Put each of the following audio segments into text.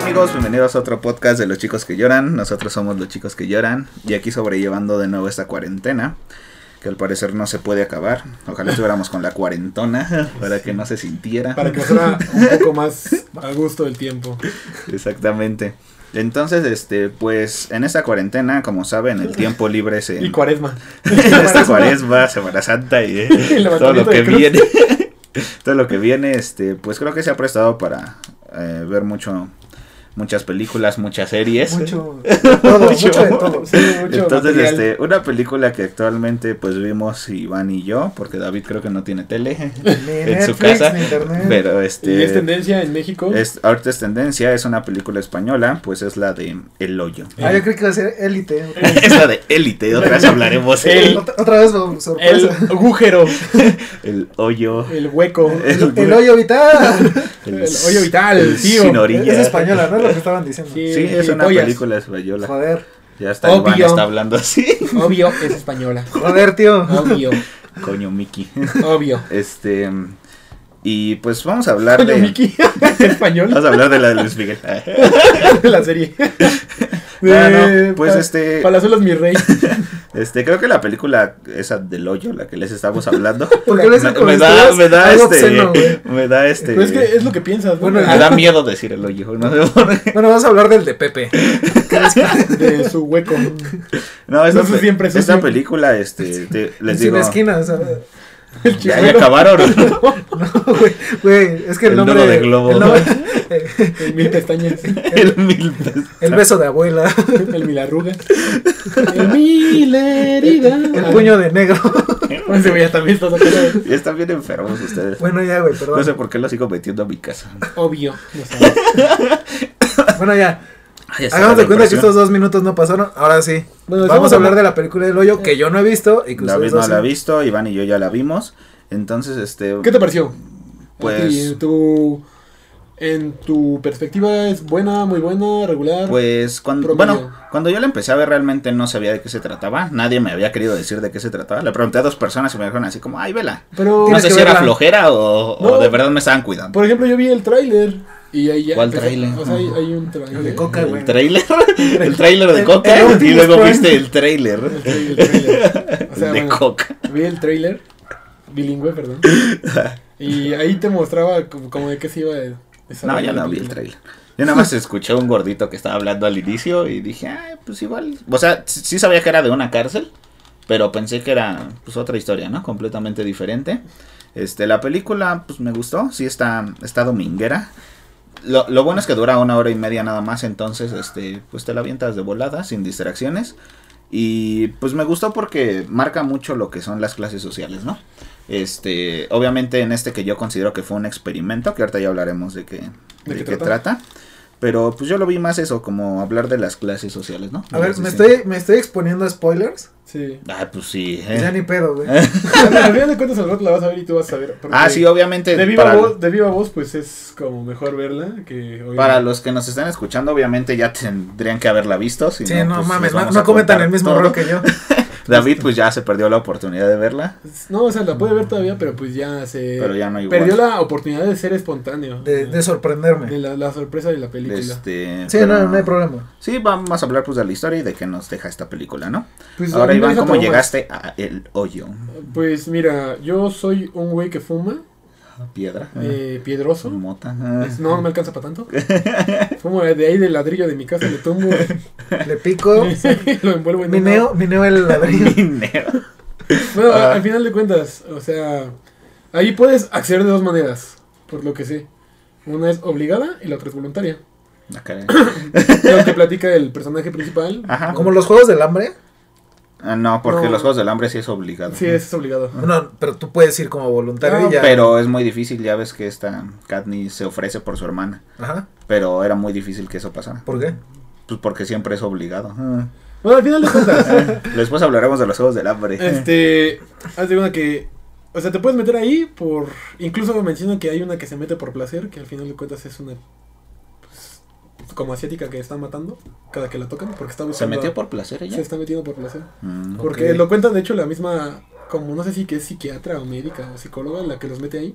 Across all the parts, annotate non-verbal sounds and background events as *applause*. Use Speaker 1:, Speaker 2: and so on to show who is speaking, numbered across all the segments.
Speaker 1: amigos? Bienvenidos a otro podcast de Los Chicos que Lloran. Nosotros somos Los Chicos que Lloran y aquí sobrellevando de nuevo esta cuarentena que al parecer no se puede acabar. Ojalá estuviéramos con la cuarentona *laughs* para que no se sintiera.
Speaker 2: Para que fuera un poco más a gusto el tiempo.
Speaker 1: Exactamente. Entonces, este, pues en esta cuarentena, como saben, el tiempo libre es en, *laughs*
Speaker 2: Y cuaresma.
Speaker 1: en esta cuaresma, Semana Santa y,
Speaker 2: *laughs*
Speaker 1: eh,
Speaker 2: El
Speaker 1: todo lo
Speaker 2: levantamiento
Speaker 1: que
Speaker 2: de cruz.
Speaker 1: viene. *laughs* todo lo que viene, este, pues creo que se ha prestado para eh, ver mucho muchas películas, muchas series. *laughs*
Speaker 2: Mucho. Todo, mucho. de todo. Sí, mucho
Speaker 1: Entonces,
Speaker 2: material.
Speaker 1: este, una película que actualmente pues vimos Iván y yo, porque David creo que no tiene tele *laughs* en su casa, pero
Speaker 2: Y es
Speaker 1: este
Speaker 2: tendencia en México.
Speaker 1: es, ahorita es tendencia, es una película española, pues es la de El
Speaker 2: *laughs*
Speaker 1: Hoyo. *laughs*
Speaker 3: Ah, yo creo que va a ser élite. ok.
Speaker 1: es la de Élite, otra vez hablaremos
Speaker 2: El-
Speaker 1: el,
Speaker 3: Otra, otra vez, oh,
Speaker 2: El
Speaker 3: sorpresa.
Speaker 2: agujero.
Speaker 1: el hoyo,
Speaker 2: El
Speaker 1: *laughs*
Speaker 2: hueco.
Speaker 3: El,
Speaker 1: el-
Speaker 3: el hoyo vital.
Speaker 1: el,
Speaker 2: el hoyo vital,
Speaker 1: el
Speaker 2: tío.
Speaker 1: sin *laughs*
Speaker 3: es
Speaker 1: orilla.
Speaker 3: española, ¿no? Lo que estaban diciendo.
Speaker 2: Sí.
Speaker 1: Sí, es una
Speaker 2: Gilipollas.
Speaker 1: película española.
Speaker 3: Joder,
Speaker 1: Ya está Iván
Speaker 2: Obvio.
Speaker 1: está hablando así.
Speaker 2: *laughs* Obvio, es española.
Speaker 3: joder, tío.
Speaker 2: Obvio,
Speaker 1: Coño Mickey. *laughs*
Speaker 2: obvio.
Speaker 1: Este y pues vamos a hablar
Speaker 2: Coño,
Speaker 1: de
Speaker 2: Miki. Es español
Speaker 1: Vamos a hablar de la de Luis
Speaker 2: *laughs*
Speaker 1: Miguel.
Speaker 2: de *laughs* la serie.
Speaker 1: *laughs* Ah, no, pues
Speaker 2: Pa-
Speaker 1: este,
Speaker 2: Palazuelos,
Speaker 1: *laughs*
Speaker 2: mi rey.
Speaker 1: este, creo que la película esa del hoyo, la que les estamos hablando,
Speaker 3: ¿Por qué le hacen
Speaker 1: me, me da,
Speaker 3: comentarios
Speaker 1: me da
Speaker 3: algo
Speaker 1: este,
Speaker 3: obsceno, güey?
Speaker 1: me da este,
Speaker 2: Pero es que es lo que piensas. ¿no?
Speaker 3: Bueno,
Speaker 1: me da miedo decir el hoyo, no sé por qué.
Speaker 3: Bueno, vamos a hablar del de Pepe.
Speaker 2: de su hueco.
Speaker 1: No, esta,
Speaker 2: Eso
Speaker 1: pe-
Speaker 2: siempre es
Speaker 1: esta
Speaker 2: sucio.
Speaker 1: película, este, te- les
Speaker 3: Sin
Speaker 1: digo,
Speaker 3: esquina, o sea,
Speaker 2: El
Speaker 1: ya,
Speaker 2: chimuelo.
Speaker 1: ya acabaron,
Speaker 3: güey, güey, es que el,
Speaker 1: El
Speaker 3: nombre.
Speaker 1: nodo de globo.
Speaker 3: El, nombre-
Speaker 2: El mil pestañas.
Speaker 1: el mil,
Speaker 3: el beso de abuela.
Speaker 2: *laughs* El mil arrugas. El mil heridas.
Speaker 1: *laughs*
Speaker 3: El puño de negro. *laughs*
Speaker 2: Ese güey ya también está sacando.
Speaker 1: ya están bien enfermos ustedes,
Speaker 3: Bueno, ya, güey,
Speaker 1: no
Speaker 3: perdón.
Speaker 1: sé por qué lo sigo metiendo a mi casa,
Speaker 2: *laughs* Obvio. no sabes.
Speaker 3: Bueno, ya.
Speaker 1: Ay, ya se me
Speaker 3: Hagamos de
Speaker 1: da
Speaker 3: cuenta que
Speaker 1: impresión.
Speaker 3: estos dos minutos no pasaron. Ahora sí.
Speaker 2: Bueno,
Speaker 3: Vamos a hablar
Speaker 2: de.
Speaker 3: de la película del hoyo que yo no he visto y que
Speaker 1: David
Speaker 3: ustedes
Speaker 1: no
Speaker 3: dos
Speaker 1: la ha
Speaker 3: sí.
Speaker 1: visto, Iván y yo ya la vimos, entonces, este,
Speaker 2: ¿Qué te pareció?
Speaker 1: Pues-
Speaker 2: A ti, en tu, en tu perspectiva es buena, muy buena, regular.
Speaker 1: Pues cuando
Speaker 2: Promedio.
Speaker 1: bueno, cuando yo la empecé a ver realmente no sabía de qué se trataba, nadie me había querido decir de qué se trataba. Le pregunté a dos personas y me dijeron así como, "Ay, vela."
Speaker 2: pero,
Speaker 1: No
Speaker 3: Tienes
Speaker 1: sé
Speaker 3: que
Speaker 1: si era
Speaker 3: verla.
Speaker 1: flojera o, o
Speaker 2: No. Pues,
Speaker 1: de verdad me estaban cuidando.
Speaker 2: por ejemplo, yo vi el tráiler y ahí ya.
Speaker 1: ¿Cuál
Speaker 2: empezó-
Speaker 1: tráiler?
Speaker 2: O sea, hay, hay un tráiler.
Speaker 3: El de Coca,
Speaker 1: El
Speaker 3: güey.
Speaker 1: tráiler, *laughs* el tráiler de
Speaker 3: El-
Speaker 1: Coca
Speaker 3: el
Speaker 1: y
Speaker 3: Optimus
Speaker 1: luego
Speaker 3: Prime.
Speaker 1: viste el tráiler
Speaker 2: El tráiler, el tráiler. O
Speaker 1: *laughs*
Speaker 2: sea,
Speaker 1: de
Speaker 2: bueno,
Speaker 1: Coca.
Speaker 2: vi el tráiler, bilingüe,
Speaker 1: *laughs*
Speaker 2: perdón. Y ahí te mostraba como, como de qué se iba a
Speaker 1: No,
Speaker 2: desarrollar
Speaker 1: ya
Speaker 2: la
Speaker 1: no vi el
Speaker 2: película.
Speaker 1: tráiler. Yo nada *laughs* más escuché a un gordito que estaba hablando al inicio y dije, "Ah, pues igual." O sea, sí sí sabía que era de una cárcel, pero pensé que era pues otra historia, ¿no? Completamente diferente. Este, la película, pues me gustó, sí está, está dominguera. Lo, lo bueno es que dura una hora y media nada más, entonces, este, pues te la avientas de volada, sin distracciones. Y pues me gustó porque marca mucho lo que son las clases sociales, ¿no? Este, obviamente en este que yo considero que fue un experimento, que ahorita ya hablaremos de qué,
Speaker 2: ¿De
Speaker 1: de
Speaker 2: qué
Speaker 1: qué
Speaker 2: trata?
Speaker 1: trata. Pero pues yo lo vi más eso, como hablar de las clases sociales, ¿no?
Speaker 3: A ver,
Speaker 1: Sí,
Speaker 3: me
Speaker 1: sí.
Speaker 3: estoy, me estoy exponiendo a spoilers.
Speaker 2: Sí.
Speaker 1: Ah, pues sí. eh.
Speaker 3: Ya ni pedo,
Speaker 2: *laughs*
Speaker 3: güey.
Speaker 2: Al final de cuentas, al rato la vas a ver y tú vas a ver.
Speaker 1: Ah,
Speaker 2: porque-
Speaker 1: sí, obviamente.
Speaker 2: de viva,
Speaker 1: para-
Speaker 2: voz, de viva voz, pues es como mejor verla que oírla.
Speaker 1: Para los que nos están escuchando, obviamente ya tendrían que haberla visto. Si
Speaker 3: Sí, no
Speaker 1: pues,
Speaker 3: mames,
Speaker 1: les
Speaker 3: no,
Speaker 1: vamos
Speaker 3: no
Speaker 1: a
Speaker 3: cometan
Speaker 1: contar
Speaker 3: el mismo
Speaker 1: todo.
Speaker 3: error que yo.
Speaker 2: Este.
Speaker 1: David, pues ya se perdió la oportunidad de verla,
Speaker 2: No, o sea, la puede ver todavía, pero pues ya se...
Speaker 1: pero ya no igual.
Speaker 2: perdió la oportunidad de ser espontáneo.
Speaker 1: *laughs*
Speaker 3: De, de
Speaker 2: De
Speaker 3: sorprenderme.
Speaker 2: la, la sorpresa de la película.
Speaker 1: Este,
Speaker 3: Sí,
Speaker 1: pero-
Speaker 3: no, no hay problema.
Speaker 1: Sí, vamos a hablar pues de la historia y de qué nos deja esta película, ¿no?
Speaker 2: Pues, a
Speaker 1: Ahora,
Speaker 2: mí me
Speaker 1: Iván,
Speaker 2: deja
Speaker 1: ¿cómo
Speaker 2: traumas.
Speaker 1: llegaste a el hoyo?
Speaker 2: Pues mira, yo soy un güey que fuma,
Speaker 1: Piedra.
Speaker 2: eh, piedroso.
Speaker 1: Mota. *laughs*
Speaker 2: Es- No, no me alcanza para tanto. Fumo de ahí del ladrillo de mi casa,
Speaker 1: *laughs*
Speaker 2: le tumbo,
Speaker 3: Le pico,
Speaker 2: *laughs* lo envuelvo en una-
Speaker 3: mineo, mineo el ladrillo.
Speaker 1: Dinero.
Speaker 2: Bueno,
Speaker 1: Ah.
Speaker 2: al final de cuentas, o sea, ahí puedes acceder de dos maneras, por lo que sé. Una es obligada y la otra
Speaker 1: *laughs*
Speaker 2: es voluntaria.
Speaker 1: La cara.
Speaker 2: *coughs* Lo que platica el personaje principal.
Speaker 1: *laughs* Ajá.
Speaker 3: Como los juegos del hambre.
Speaker 1: Ah, No, porque
Speaker 2: No.
Speaker 1: los Juegos del Hambre sí es obligado.
Speaker 2: Sí, es obligado.
Speaker 3: No, pero tú puedes ir como voluntario
Speaker 2: No,
Speaker 3: y ya.
Speaker 1: Pero es muy difícil, ya ves que esta Katniss se ofrece por su hermana.
Speaker 3: Ajá.
Speaker 1: Pero era muy difícil que eso pasara.
Speaker 3: ¿Por qué?
Speaker 1: Pues porque siempre es obligado.
Speaker 2: Ah.
Speaker 1: Ah,
Speaker 2: Bueno, al final de
Speaker 1: *laughs*
Speaker 2: cuentas,
Speaker 1: Después hablaremos de los Juegos del Hambre.
Speaker 2: este, haz de una que, o sea, te puedes meter ahí por, incluso menciono que hay una que se mete por placer, que al final de cuentas es una, pues, como asiática que está matando cada que la tocan, porque está
Speaker 1: ¿Se
Speaker 2: buscando.
Speaker 1: metió por placer
Speaker 2: Se
Speaker 1: ella?
Speaker 2: está metiendo por placer.
Speaker 1: Mm.
Speaker 2: Porque
Speaker 3: Ok.
Speaker 2: lo cuentan, de hecho, la misma, como no sé si que es psiquiatra o médica o psicóloga la que los mete ahí.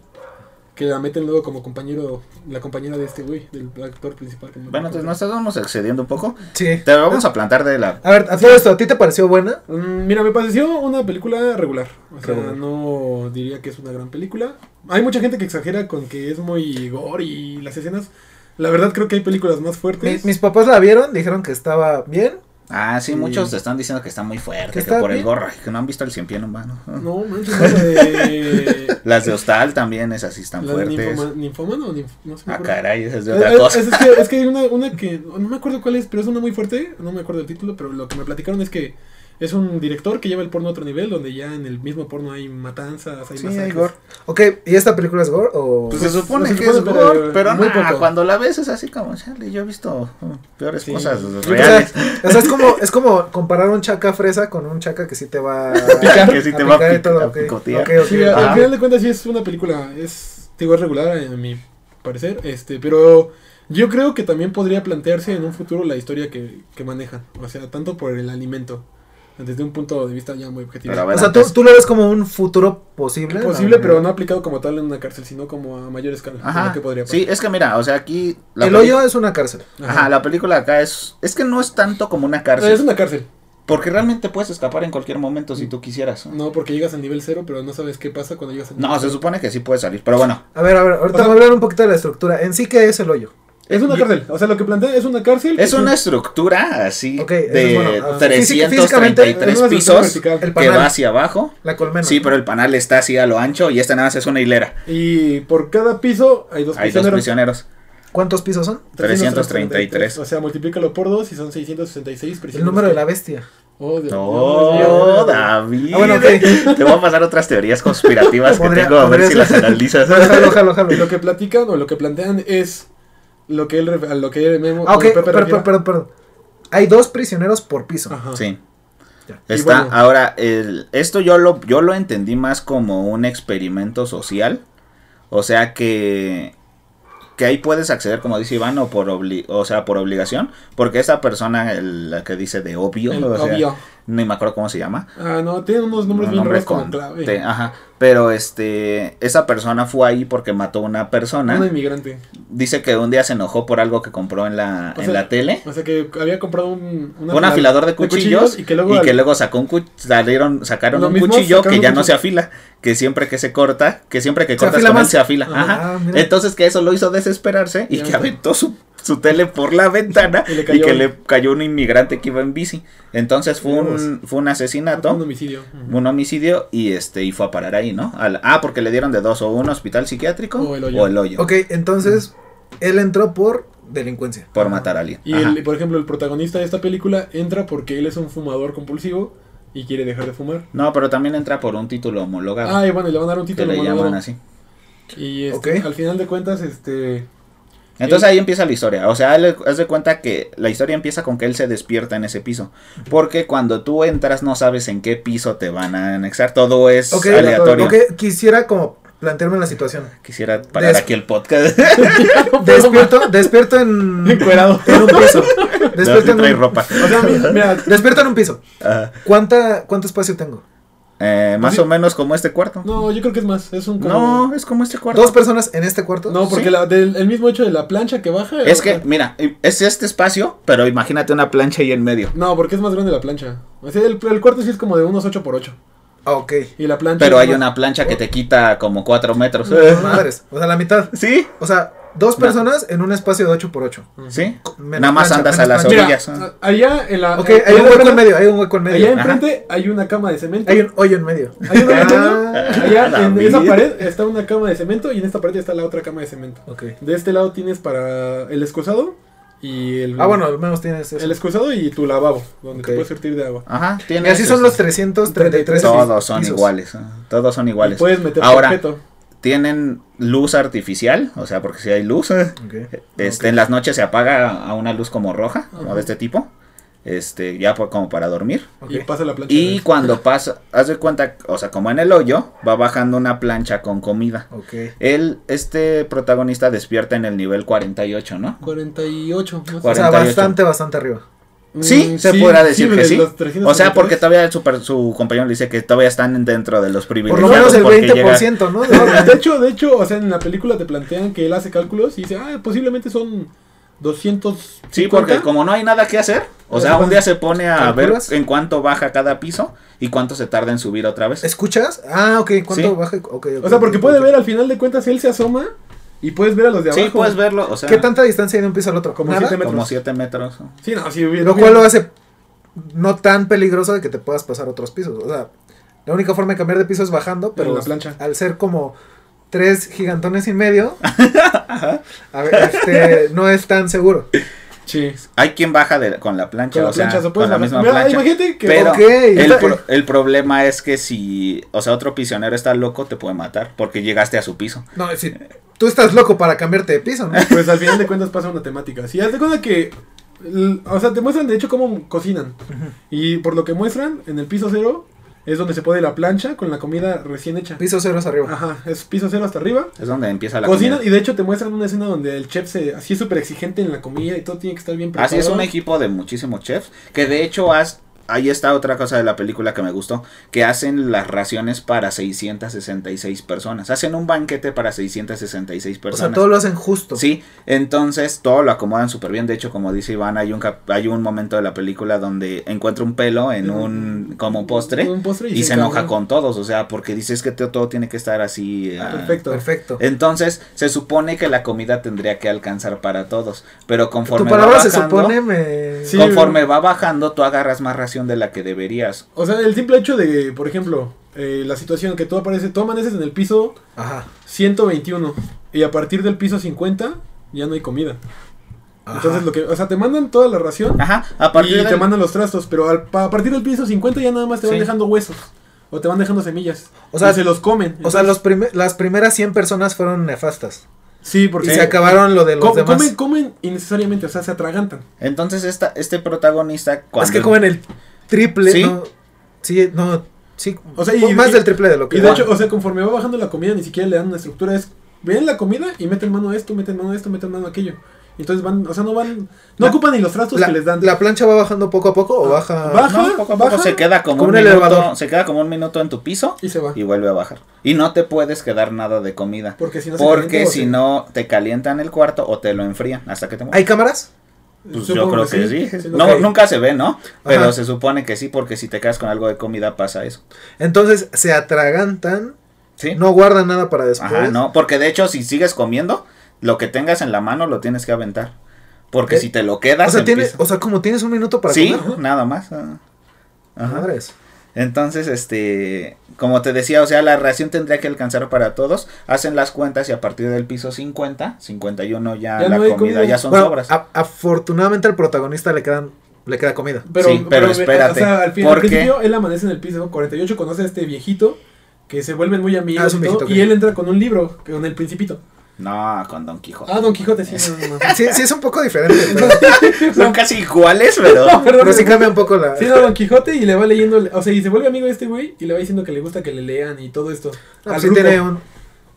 Speaker 2: Que la meten luego como compañero, la compañera de este güey, del actor principal. que me
Speaker 1: Bueno, entonces
Speaker 2: acuerdo.
Speaker 1: nos estamos excediendo un poco.
Speaker 3: Sí.
Speaker 1: Te vamos a plantar de la.
Speaker 3: A ver, a todo esto, ¿a ti te pareció buena?
Speaker 2: Mm, Mira, me pareció una película regular. O sea,
Speaker 3: Regular.
Speaker 2: no diría que es una gran película. Hay mucha gente que exagera con que es muy gore y las escenas. La verdad creo que hay películas más
Speaker 3: Mi-
Speaker 2: fuertes.
Speaker 3: mis papás la vieron, dijeron que estaba bien.
Speaker 1: Ah, sí,
Speaker 2: Sí.
Speaker 1: muchos te están diciendo que está muy fuerte,
Speaker 3: Que
Speaker 1: que,
Speaker 3: está
Speaker 1: por el
Speaker 3: bien.
Speaker 1: gorro, ay, que no han visto el cien pie humano.
Speaker 2: No, manches, no,
Speaker 1: *laughs*
Speaker 2: la de...
Speaker 1: Las de Hostal también esas sí están
Speaker 2: la de
Speaker 1: fuertes.
Speaker 2: ninfoma- ninfómano o ninf- no sé.
Speaker 1: Ah, caray, esa es de otra
Speaker 2: Eh, eh,
Speaker 1: cosa.
Speaker 2: Es, es que, es que hay una, una que no me acuerdo cuál es, pero es una muy fuerte, no me acuerdo el título, pero lo que me platicaron es que es un director que lleva el porno a otro nivel, donde ya en el mismo porno hay matanzas, hay
Speaker 1: Sí, hay
Speaker 2: masacres.
Speaker 1: gore.
Speaker 3: Ok, ¿y esta película es gore o...?
Speaker 1: Pues se supone
Speaker 2: se
Speaker 1: que
Speaker 2: supone,
Speaker 1: es
Speaker 2: pero
Speaker 1: gore, pero
Speaker 2: muy
Speaker 1: nah,
Speaker 2: poco.
Speaker 1: cuando la ves es así como, chale, yo he visto uh, peores
Speaker 2: Sí.
Speaker 1: cosas
Speaker 2: O
Speaker 3: o sea,
Speaker 1: reales.
Speaker 3: o sea, es como, es como comparar un chaca fresa con un chaca que sí
Speaker 1: *laughs*
Speaker 3: te va a
Speaker 1: Picar. Que sí te va a
Speaker 3: picar y
Speaker 1: pic-
Speaker 3: todo,
Speaker 1: a
Speaker 3: ok.
Speaker 1: picotear.
Speaker 3: Ok, ok,
Speaker 2: Sí,
Speaker 3: ok.
Speaker 1: Ajá.
Speaker 2: al final de cuentas sí es una película, es, digo, es regular a mi parecer, este, pero yo creo que también podría plantearse en un futuro la historia que, que manejan, o sea, tanto por el alimento, desde un punto de vista ya muy objetivo.
Speaker 1: Pero a ver,
Speaker 3: O sea, ¿tú,
Speaker 1: antes-
Speaker 3: tú lo ves como un futuro posible.
Speaker 2: Posible, pero no aplicado como tal en una cárcel, sino como a mayor escala.
Speaker 1: Ajá.
Speaker 2: lo que podría pasar.
Speaker 1: Sí, es que mira, o sea, aquí. la
Speaker 3: El
Speaker 1: peli-
Speaker 3: hoyo es una cárcel.
Speaker 1: Ajá, la película acá es. Es que no es tanto como una cárcel.
Speaker 2: Es una cárcel.
Speaker 1: Porque realmente puedes escapar en cualquier momento si tú quisieras. No,
Speaker 2: No, porque llegas al nivel cero, pero no sabes qué pasa cuando llegas al nivel
Speaker 1: se
Speaker 2: cero.
Speaker 1: supone que sí puedes salir. Pero bueno,
Speaker 3: A ver, a ver, ahorita
Speaker 2: O sea-
Speaker 3: voy a hablar un poquito de la estructura. En sí, ¿qué es el hoyo?
Speaker 2: Es una
Speaker 1: Yo-
Speaker 2: cárcel. O sea, lo que plantea es una cárcel.
Speaker 1: es
Speaker 2: que
Speaker 1: una estructura así
Speaker 3: Ok, eso
Speaker 1: de
Speaker 3: es bueno. Ah,
Speaker 2: es una
Speaker 1: 333
Speaker 2: estructura
Speaker 1: pisos
Speaker 2: vertical.
Speaker 3: El
Speaker 1: que
Speaker 3: panal.
Speaker 1: va hacia abajo.
Speaker 3: La colmena.
Speaker 1: Sí, pero el panal está así a lo ancho y esta nada más es una hilera.
Speaker 2: Y por cada piso hay dos
Speaker 1: Hay dos
Speaker 2: prisioneros.
Speaker 1: prisioneros.
Speaker 3: ¿Cuántos pisos son?
Speaker 1: 333.
Speaker 2: O sea, multiplícalo por dos y son 666 prisioneros.
Speaker 3: El número de
Speaker 1: *laughs*
Speaker 3: la bestia.
Speaker 2: Oh, Dios mío.
Speaker 1: Oh, David.
Speaker 3: Ah, bueno, ok.
Speaker 1: Te voy a pasar otras teorías
Speaker 3: *laughs*
Speaker 1: conspirativas que
Speaker 3: Podría-
Speaker 1: tengo a ver
Speaker 3: podría
Speaker 1: si
Speaker 3: ser.
Speaker 1: las analizas.
Speaker 3: *laughs* Jalo, jalo,
Speaker 2: Y lo
Speaker 3: jalo.
Speaker 2: que platican o lo que plantean es lo que él ref- a lo que Memo
Speaker 3: Ah, ok,
Speaker 2: Pepe Ah,
Speaker 3: pero, pero,
Speaker 2: refiere.
Speaker 3: pero- perdón. Hay dos prisioneros por piso.
Speaker 2: Ajá.
Speaker 1: Sí.
Speaker 3: Ya.
Speaker 2: Y
Speaker 1: Está,
Speaker 2: bueno.
Speaker 1: ahora, el, esto yo lo, yo lo entendí más como un experimento social. O sea que, que ahí puedes acceder, como dice Iván, o por, obli- o sea, por obligación. Porque esa persona, el- la que dice de obvio,
Speaker 2: El
Speaker 1: o sea,
Speaker 2: obvio.
Speaker 1: ni me acuerdo cómo se llama.
Speaker 2: Ah, no, tiene unos nombres
Speaker 1: Un
Speaker 2: bien
Speaker 1: nombre
Speaker 2: raros como
Speaker 1: con
Speaker 2: clave.
Speaker 1: T, ah, ajá. Pero este, esa persona fue ahí porque mató a una persona.
Speaker 2: Un inmigrante.
Speaker 1: Dice que un día se enojó por algo que compró en la,
Speaker 2: O
Speaker 1: en
Speaker 2: sea,
Speaker 1: la tele.
Speaker 2: O sea que había comprado un,
Speaker 1: un
Speaker 2: un afila-
Speaker 1: afilador de cuchillos,
Speaker 2: y que luego, al-
Speaker 1: sacó un cu- salieron, sacaron
Speaker 2: Lo
Speaker 1: un
Speaker 2: mismo,
Speaker 1: cuchillo
Speaker 2: sacaron
Speaker 1: que
Speaker 2: un
Speaker 1: ya no
Speaker 2: cuchillo.
Speaker 1: se afila, que siempre que se corta, que siempre que
Speaker 3: Se
Speaker 1: cortas
Speaker 3: afila
Speaker 1: con él
Speaker 3: más.
Speaker 1: se afila.
Speaker 2: Ah,
Speaker 1: Ajá.
Speaker 3: ah, mira.
Speaker 1: Entonces que eso lo hizo desesperarse y
Speaker 2: Ya
Speaker 1: que
Speaker 2: ves.
Speaker 1: aventó su, su tele por la ventana
Speaker 2: *laughs* Y le
Speaker 1: y
Speaker 2: cayó
Speaker 1: que
Speaker 2: un-
Speaker 1: le cayó un inmigrante que iba en bici. Entonces fue un,
Speaker 3: Dios.
Speaker 1: fue un
Speaker 2: Un
Speaker 1: asesinato,
Speaker 2: homicidio.
Speaker 1: un homicidio y este y fue a parar ahí, ¿no? Al- ah, porque le dieron de dos, o un hospital psiquiátrico
Speaker 2: O
Speaker 1: o
Speaker 2: el
Speaker 1: el
Speaker 2: hoyo.
Speaker 1: hoyo.
Speaker 3: Ok, entonces él entró por delincuencia.
Speaker 1: Por matar a alguien.
Speaker 2: Y
Speaker 1: Ajá.
Speaker 2: el, por ejemplo, el protagonista de esta película entra porque él es un fumador compulsivo y quiere dejar de fumar.
Speaker 1: No, pero también entra por un título homologado.
Speaker 2: Ah, y bueno, y le van a dar un
Speaker 1: que
Speaker 2: título
Speaker 1: le
Speaker 2: homologado.
Speaker 1: llaman así.
Speaker 2: Y este,
Speaker 3: Ok.
Speaker 2: al final de
Speaker 1: *laughs*
Speaker 2: cuentas, este.
Speaker 1: Entonces
Speaker 2: Él-
Speaker 1: ahí empieza la historia. O sea, él, haz de cuenta que la historia empieza con que él se despierta en ese piso. Porque cuando tú entras no sabes en qué piso te van a anexar. Todo es
Speaker 3: Ok,
Speaker 1: aleatorio.
Speaker 3: ok, quisiera como plantearme la situación.
Speaker 1: Quisiera parar
Speaker 3: Des-
Speaker 1: aquí el
Speaker 3: *laughs*
Speaker 1: podcast.
Speaker 3: Despierto,
Speaker 2: *laughs*
Speaker 3: despierto
Speaker 1: *laughs*
Speaker 3: en,
Speaker 2: Encuerado.
Speaker 3: en un piso.
Speaker 1: no, sí
Speaker 3: Despierto,
Speaker 1: trae
Speaker 3: en, un,
Speaker 1: ropa.
Speaker 2: O sea, a mí, mira,
Speaker 3: despierto en un piso.
Speaker 1: Ajá.
Speaker 3: ¿Cuánta, ¿Cuánto espacio tengo?
Speaker 1: Eh, más
Speaker 2: Sí.
Speaker 1: o menos como este cuarto. No,
Speaker 2: no, yo creo que es más. Es un como.
Speaker 1: es como este cuarto.
Speaker 3: ¿Dos personas en este cuarto?
Speaker 2: No, porque
Speaker 1: sí.
Speaker 2: la- del- el mismo hecho de la plancha que baja.
Speaker 1: Es
Speaker 2: o
Speaker 1: que,
Speaker 2: sea,
Speaker 1: mira, es este espacio, pero imagínate una plancha ahí en medio.
Speaker 2: No, porque es más grande la plancha. O sea, el, el cuarto sí es como de unos 8x8.
Speaker 3: Ah, ok.
Speaker 2: Y la plancha.
Speaker 1: Pero
Speaker 2: es
Speaker 1: hay
Speaker 2: más-
Speaker 1: una plancha que te quita como cuatro metros.
Speaker 3: Madres, o sea, la mitad.
Speaker 1: *laughs* ¿Sí?
Speaker 3: O sea, dos
Speaker 1: No.
Speaker 3: personas en un espacio de 8x8.
Speaker 1: ¿Sí? Nada más andas a las
Speaker 2: Mira,
Speaker 1: orillas.
Speaker 2: a- allá en la.
Speaker 3: Ok,
Speaker 2: en-
Speaker 3: hay
Speaker 2: en
Speaker 3: un
Speaker 2: la
Speaker 3: hueco en
Speaker 2: planta-
Speaker 3: medio, hay un hueco en
Speaker 2: Allá
Speaker 3: medio.
Speaker 1: Ajá.
Speaker 2: enfrente hay una cama de cemento.
Speaker 3: Hay un hoyo en medio.
Speaker 2: Hay una
Speaker 3: Ah,
Speaker 2: cama,
Speaker 1: *laughs*
Speaker 2: allá en
Speaker 1: David.
Speaker 2: esa pared está una cama de cemento y en esta pared está la otra cama de cemento.
Speaker 3: ok.
Speaker 2: De este lado tienes para el excusado y el
Speaker 3: Ah, bueno, al menos tienes eso.
Speaker 2: el excusado y tu lavabo, donde te
Speaker 3: Ok.
Speaker 2: puedes surtir de agua.
Speaker 1: Ajá,
Speaker 3: Y
Speaker 1: tienes
Speaker 3: así son
Speaker 1: este-
Speaker 3: los 333
Speaker 1: Todos son
Speaker 3: pisos.
Speaker 1: iguales. ah, Todos son
Speaker 2: Y
Speaker 1: iguales.
Speaker 2: puedes meter
Speaker 1: Ahora,
Speaker 2: objeto.
Speaker 1: tienen luz artificial, o sea, porque si hay luz, eh,
Speaker 3: Ok.
Speaker 1: este, en las noches se apaga a una luz como roja,
Speaker 2: Ajá.
Speaker 1: o de este tipo, este, ya por- como para dormir.
Speaker 3: ok.
Speaker 2: Y pasa la plancha.
Speaker 1: Y
Speaker 2: de-
Speaker 1: cuando pasa, haz de cuenta, o sea, como en el hoyo, va bajando una plancha con comida.
Speaker 3: Ok.
Speaker 1: Él, este protagonista despierta en el nivel 48, ¿no?
Speaker 2: 48. más o menos.
Speaker 3: O sea,
Speaker 1: 48.
Speaker 3: bastante, bastante arriba.
Speaker 1: Sí,
Speaker 2: Mm,
Speaker 1: se podrá decir
Speaker 2: lo
Speaker 1: que
Speaker 2: de
Speaker 1: sí.
Speaker 2: los 300
Speaker 1: O sea, porque
Speaker 2: mililitros.
Speaker 1: todavía el super- su compañero le dice que todavía están dentro de los
Speaker 3: Por
Speaker 1: privilegios.
Speaker 3: lo menos el
Speaker 1: porque
Speaker 3: 20%, ¿no? De-
Speaker 2: No, de hecho, de hecho, o sea, en la película te plantean que él hace cálculos y dice, ah, posiblemente son 200.
Speaker 1: Sí, porque como no hay nada que hacer, o sea, un día se pone a ver
Speaker 3: ¿Calculas?
Speaker 1: en cuánto baja cada piso y cuánto se tarda en subir otra vez.
Speaker 3: ¿Escuchas? Ah, ok, ¿cuánto
Speaker 1: Sí.
Speaker 3: baja? Ok, ok,
Speaker 2: O sea, porque
Speaker 3: ok,
Speaker 2: puede
Speaker 3: ok.
Speaker 2: ver al final de cuentas, él se asoma y puedes ver a los de abajo.
Speaker 1: Sí, puedes verlo, o sea,
Speaker 3: ¿Qué tanta distancia hay de un piso al otro?
Speaker 2: Como
Speaker 3: ¿Nada?
Speaker 2: siete metros.
Speaker 1: como 7 metros.
Speaker 2: Sí, no, sí, bien,
Speaker 3: Lo
Speaker 2: bien.
Speaker 3: cual lo hace no tan peligroso de que te puedas pasar a otros pisos. O sea, la única forma de cambiar de piso es bajando, pero
Speaker 2: En la plancha.
Speaker 3: al ser como tres gigantones
Speaker 2: *laughs*
Speaker 3: y medio, a ver, este, no es tan seguro.
Speaker 2: Sí.
Speaker 1: Hay quien baja de- con la plancha,
Speaker 2: Con la
Speaker 1: o sea,
Speaker 2: plancha, se puede
Speaker 1: con la
Speaker 2: bajar.
Speaker 1: misma
Speaker 2: Mira,
Speaker 1: plancha.
Speaker 2: imagínate que-
Speaker 1: Pero *laughs*
Speaker 3: Ok,
Speaker 1: el,
Speaker 3: está-
Speaker 1: pro- el problema es que si, o sea, otro prisionero está loco, te puede matar porque llegaste a su piso.
Speaker 3: No, es decir, tú estás loco para cambiarte de piso, ¿no?
Speaker 2: Pues al final de cuentas pasa una temática. Sí, haz de cuenta que. l- O sea, te muestran de hecho cómo cocinan. Y por lo que muestran, en el piso cero es donde se pone la plancha con la comida recién hecha.
Speaker 3: Piso cero es arriba.
Speaker 2: Ajá, es piso cero hasta arriba.
Speaker 1: Es donde empieza la
Speaker 2: Cocinan
Speaker 1: comida.
Speaker 2: y de hecho te muestran una escena donde el chef se, así es súper exigente en la comida y todo tiene que estar bien preparado.
Speaker 1: Así es un equipo de muchísimos chefs que de hecho has- ahí está otra cosa de la película que me gustó, que hacen las raciones para 666 personas. Hacen un banquete para 666
Speaker 2: pues
Speaker 3: O
Speaker 1: personas.
Speaker 3: sea, todo lo hacen justo.
Speaker 1: Sí, entonces todo lo acomodan súper bien. De hecho, como dice Iván, hay un cap- hay un momento de la película donde encuentra un pelo en un como postre
Speaker 2: Un postre
Speaker 1: y se enoja
Speaker 2: encarga.
Speaker 1: con todos, o sea, porque dice es que te- todo tiene que estar así. ah".
Speaker 2: Perfecto.
Speaker 3: Perfecto.
Speaker 1: Entonces, se supone que la comida tendría que alcanzar para todos, pero
Speaker 3: Tu
Speaker 1: conforme va
Speaker 3: palabra se
Speaker 1: bajando,
Speaker 3: supone me...
Speaker 2: Sí.
Speaker 1: conforme va bajando, tú agarras más ración de la que deberías.
Speaker 2: O sea, el simple hecho de, por ejemplo, eh, la situación que tú apareces, tú amaneces en el piso
Speaker 3: Ajá.
Speaker 2: 121 y a partir del piso 50 ya no hay comida.
Speaker 3: ajá.
Speaker 2: Entonces lo que, o sea, te mandan toda la ración
Speaker 1: Ajá, a
Speaker 2: y
Speaker 1: partir
Speaker 2: te
Speaker 1: del-
Speaker 2: mandan los trastos, pero al- pa- a partir del piso 50 ya nada más te van
Speaker 1: Sí.
Speaker 2: dejando huesos o te van dejando semillas.
Speaker 3: O sea,
Speaker 2: y se los comen.
Speaker 3: O sea, los primer- las primeras 100 personas fueron nefastas.
Speaker 2: Sí, porque
Speaker 3: Y se acabaron lo de los
Speaker 2: co-
Speaker 3: demás.
Speaker 2: comen comen innecesariamente, o sea, se atragantan.
Speaker 1: Entonces, esta, este protagonista cuando
Speaker 3: Es que comen el triple.
Speaker 1: Sí.
Speaker 3: No, sí, no, sí.
Speaker 2: O sea, y-
Speaker 3: po- más
Speaker 2: y-
Speaker 3: del triple de lo que.
Speaker 2: Y de hecho, o sea, conforme va bajando la comida, ni siquiera le dan una estructura. Es, ven la comida y meten mano a esto, meten mano a esto, meten mano a aquello. Entonces van, o sea, no van, no
Speaker 3: La-
Speaker 2: ocupan ni los trastos
Speaker 3: la,
Speaker 2: que les dan. Ah,
Speaker 3: la plancha va bajando poco a poco o baja.
Speaker 2: baja.
Speaker 1: No, poco a poco
Speaker 2: baja,
Speaker 1: se queda como,
Speaker 3: como
Speaker 1: un
Speaker 3: un
Speaker 1: minuto,
Speaker 3: elevador.
Speaker 1: se queda como un minuto en tu piso
Speaker 2: y se va.
Speaker 1: y vuelve a bajar. Y no te puedes quedar nada de comida.
Speaker 2: porque si no se
Speaker 1: Porque
Speaker 2: calienta o
Speaker 1: si
Speaker 2: se-
Speaker 1: no te calientan el cuarto o te lo enfrían hasta que te mueras.
Speaker 3: ¿Hay cámaras?
Speaker 1: Pues yo
Speaker 2: supongo
Speaker 1: creo que sí.
Speaker 2: *laughs* Sí,
Speaker 1: No,
Speaker 2: ok.
Speaker 1: Nunca se ve, ¿no? Pero
Speaker 3: Ajá.
Speaker 1: se supone que sí, porque si te quedas con algo de comida pasa eso.
Speaker 3: Entonces se atragantan,
Speaker 1: Sí.
Speaker 3: no guardan nada para después.
Speaker 1: Ajá, no. Porque de hecho, si sigues comiendo, lo que tengas en la mano lo tienes que aventar. Porque
Speaker 3: ¿Qué?
Speaker 1: si te lo quedas,
Speaker 3: O sea, tiene,
Speaker 1: empieza-
Speaker 3: o sea, como tienes un minuto para
Speaker 1: sí,
Speaker 3: comer.
Speaker 1: nada más. ah. Ajá.
Speaker 3: Madres.
Speaker 1: Entonces, este, como te decía, o sea, la ración tendría que alcanzar para todos. Hacen las cuentas y a partir del piso 50, 51 ya,
Speaker 2: Ya
Speaker 1: la
Speaker 2: no hay
Speaker 1: comida,
Speaker 2: comida.
Speaker 1: ya son
Speaker 3: Bueno, ah.
Speaker 1: sobras.
Speaker 3: a- afortunadamente al protagonista le quedan le queda comida.
Speaker 1: Sí, pero espérate,
Speaker 2: O sea, al, fin,
Speaker 1: ¿por
Speaker 2: al
Speaker 1: qué?
Speaker 2: principio él amanece en el piso 48, conoce a este viejito que se vuelven muy amigos
Speaker 3: Ah, es un
Speaker 2: y, todo,
Speaker 3: viejito que-
Speaker 2: y él entra con un libro, con el principito.
Speaker 1: No, con Don Quijote.
Speaker 2: Ah, Don Quijote, sí. no,
Speaker 3: *laughs*
Speaker 2: *laughs* no, no.
Speaker 3: Sí, sí es un poco
Speaker 2: *laughs*
Speaker 3: diferente, pero,
Speaker 1: Son casi iguales,
Speaker 3: *laughs*
Speaker 1: pero...
Speaker 2: Perdón,
Speaker 3: pero sí
Speaker 2: me-
Speaker 3: cambia un poco la.
Speaker 2: Sí, no, Don Quijote y le va leyendo, o sea, y se vuelve amigo de este güey y le va diciendo que le gusta que le lean y todo esto.
Speaker 3: Ah,
Speaker 2: al
Speaker 3: sí
Speaker 2: grupo.
Speaker 3: tiene un-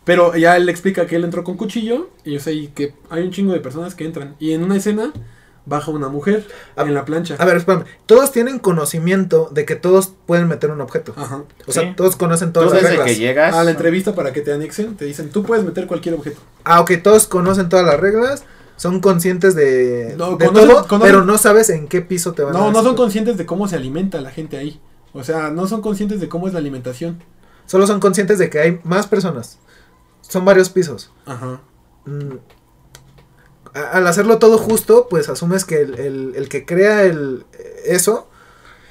Speaker 2: Pero ya él explica que él entró con cuchillo y, o sea, y que hay un chingo de personas que entran. Y en una escena baja una mujer
Speaker 3: A-
Speaker 2: en la plancha.
Speaker 3: A ver, espérame. Todos tienen conocimiento de que todos pueden meter un objeto.
Speaker 2: Ajá.
Speaker 3: O sea,
Speaker 1: Sí.
Speaker 3: todos conocen
Speaker 1: Tú
Speaker 3: todas las
Speaker 1: desde
Speaker 3: reglas.
Speaker 1: que llegas...
Speaker 2: A la entrevista para que te anexen, te dicen, tú puedes meter cualquier objeto.
Speaker 3: Ah, ok, todos conocen todas las reglas, son conscientes de,
Speaker 2: No,
Speaker 3: de
Speaker 2: conocen-
Speaker 3: todo,
Speaker 2: conocen-
Speaker 3: pero no sabes en qué piso te van
Speaker 2: No,
Speaker 3: a
Speaker 2: no son
Speaker 3: depositar.
Speaker 2: conscientes de cómo se alimenta la gente ahí. O sea, no son conscientes de cómo es la alimentación.
Speaker 3: Solo son conscientes de que hay más personas. Son varios pisos.
Speaker 2: Ajá.
Speaker 3: Mm. A- Al hacerlo todo justo, pues asumes que el, el- el que crea el eso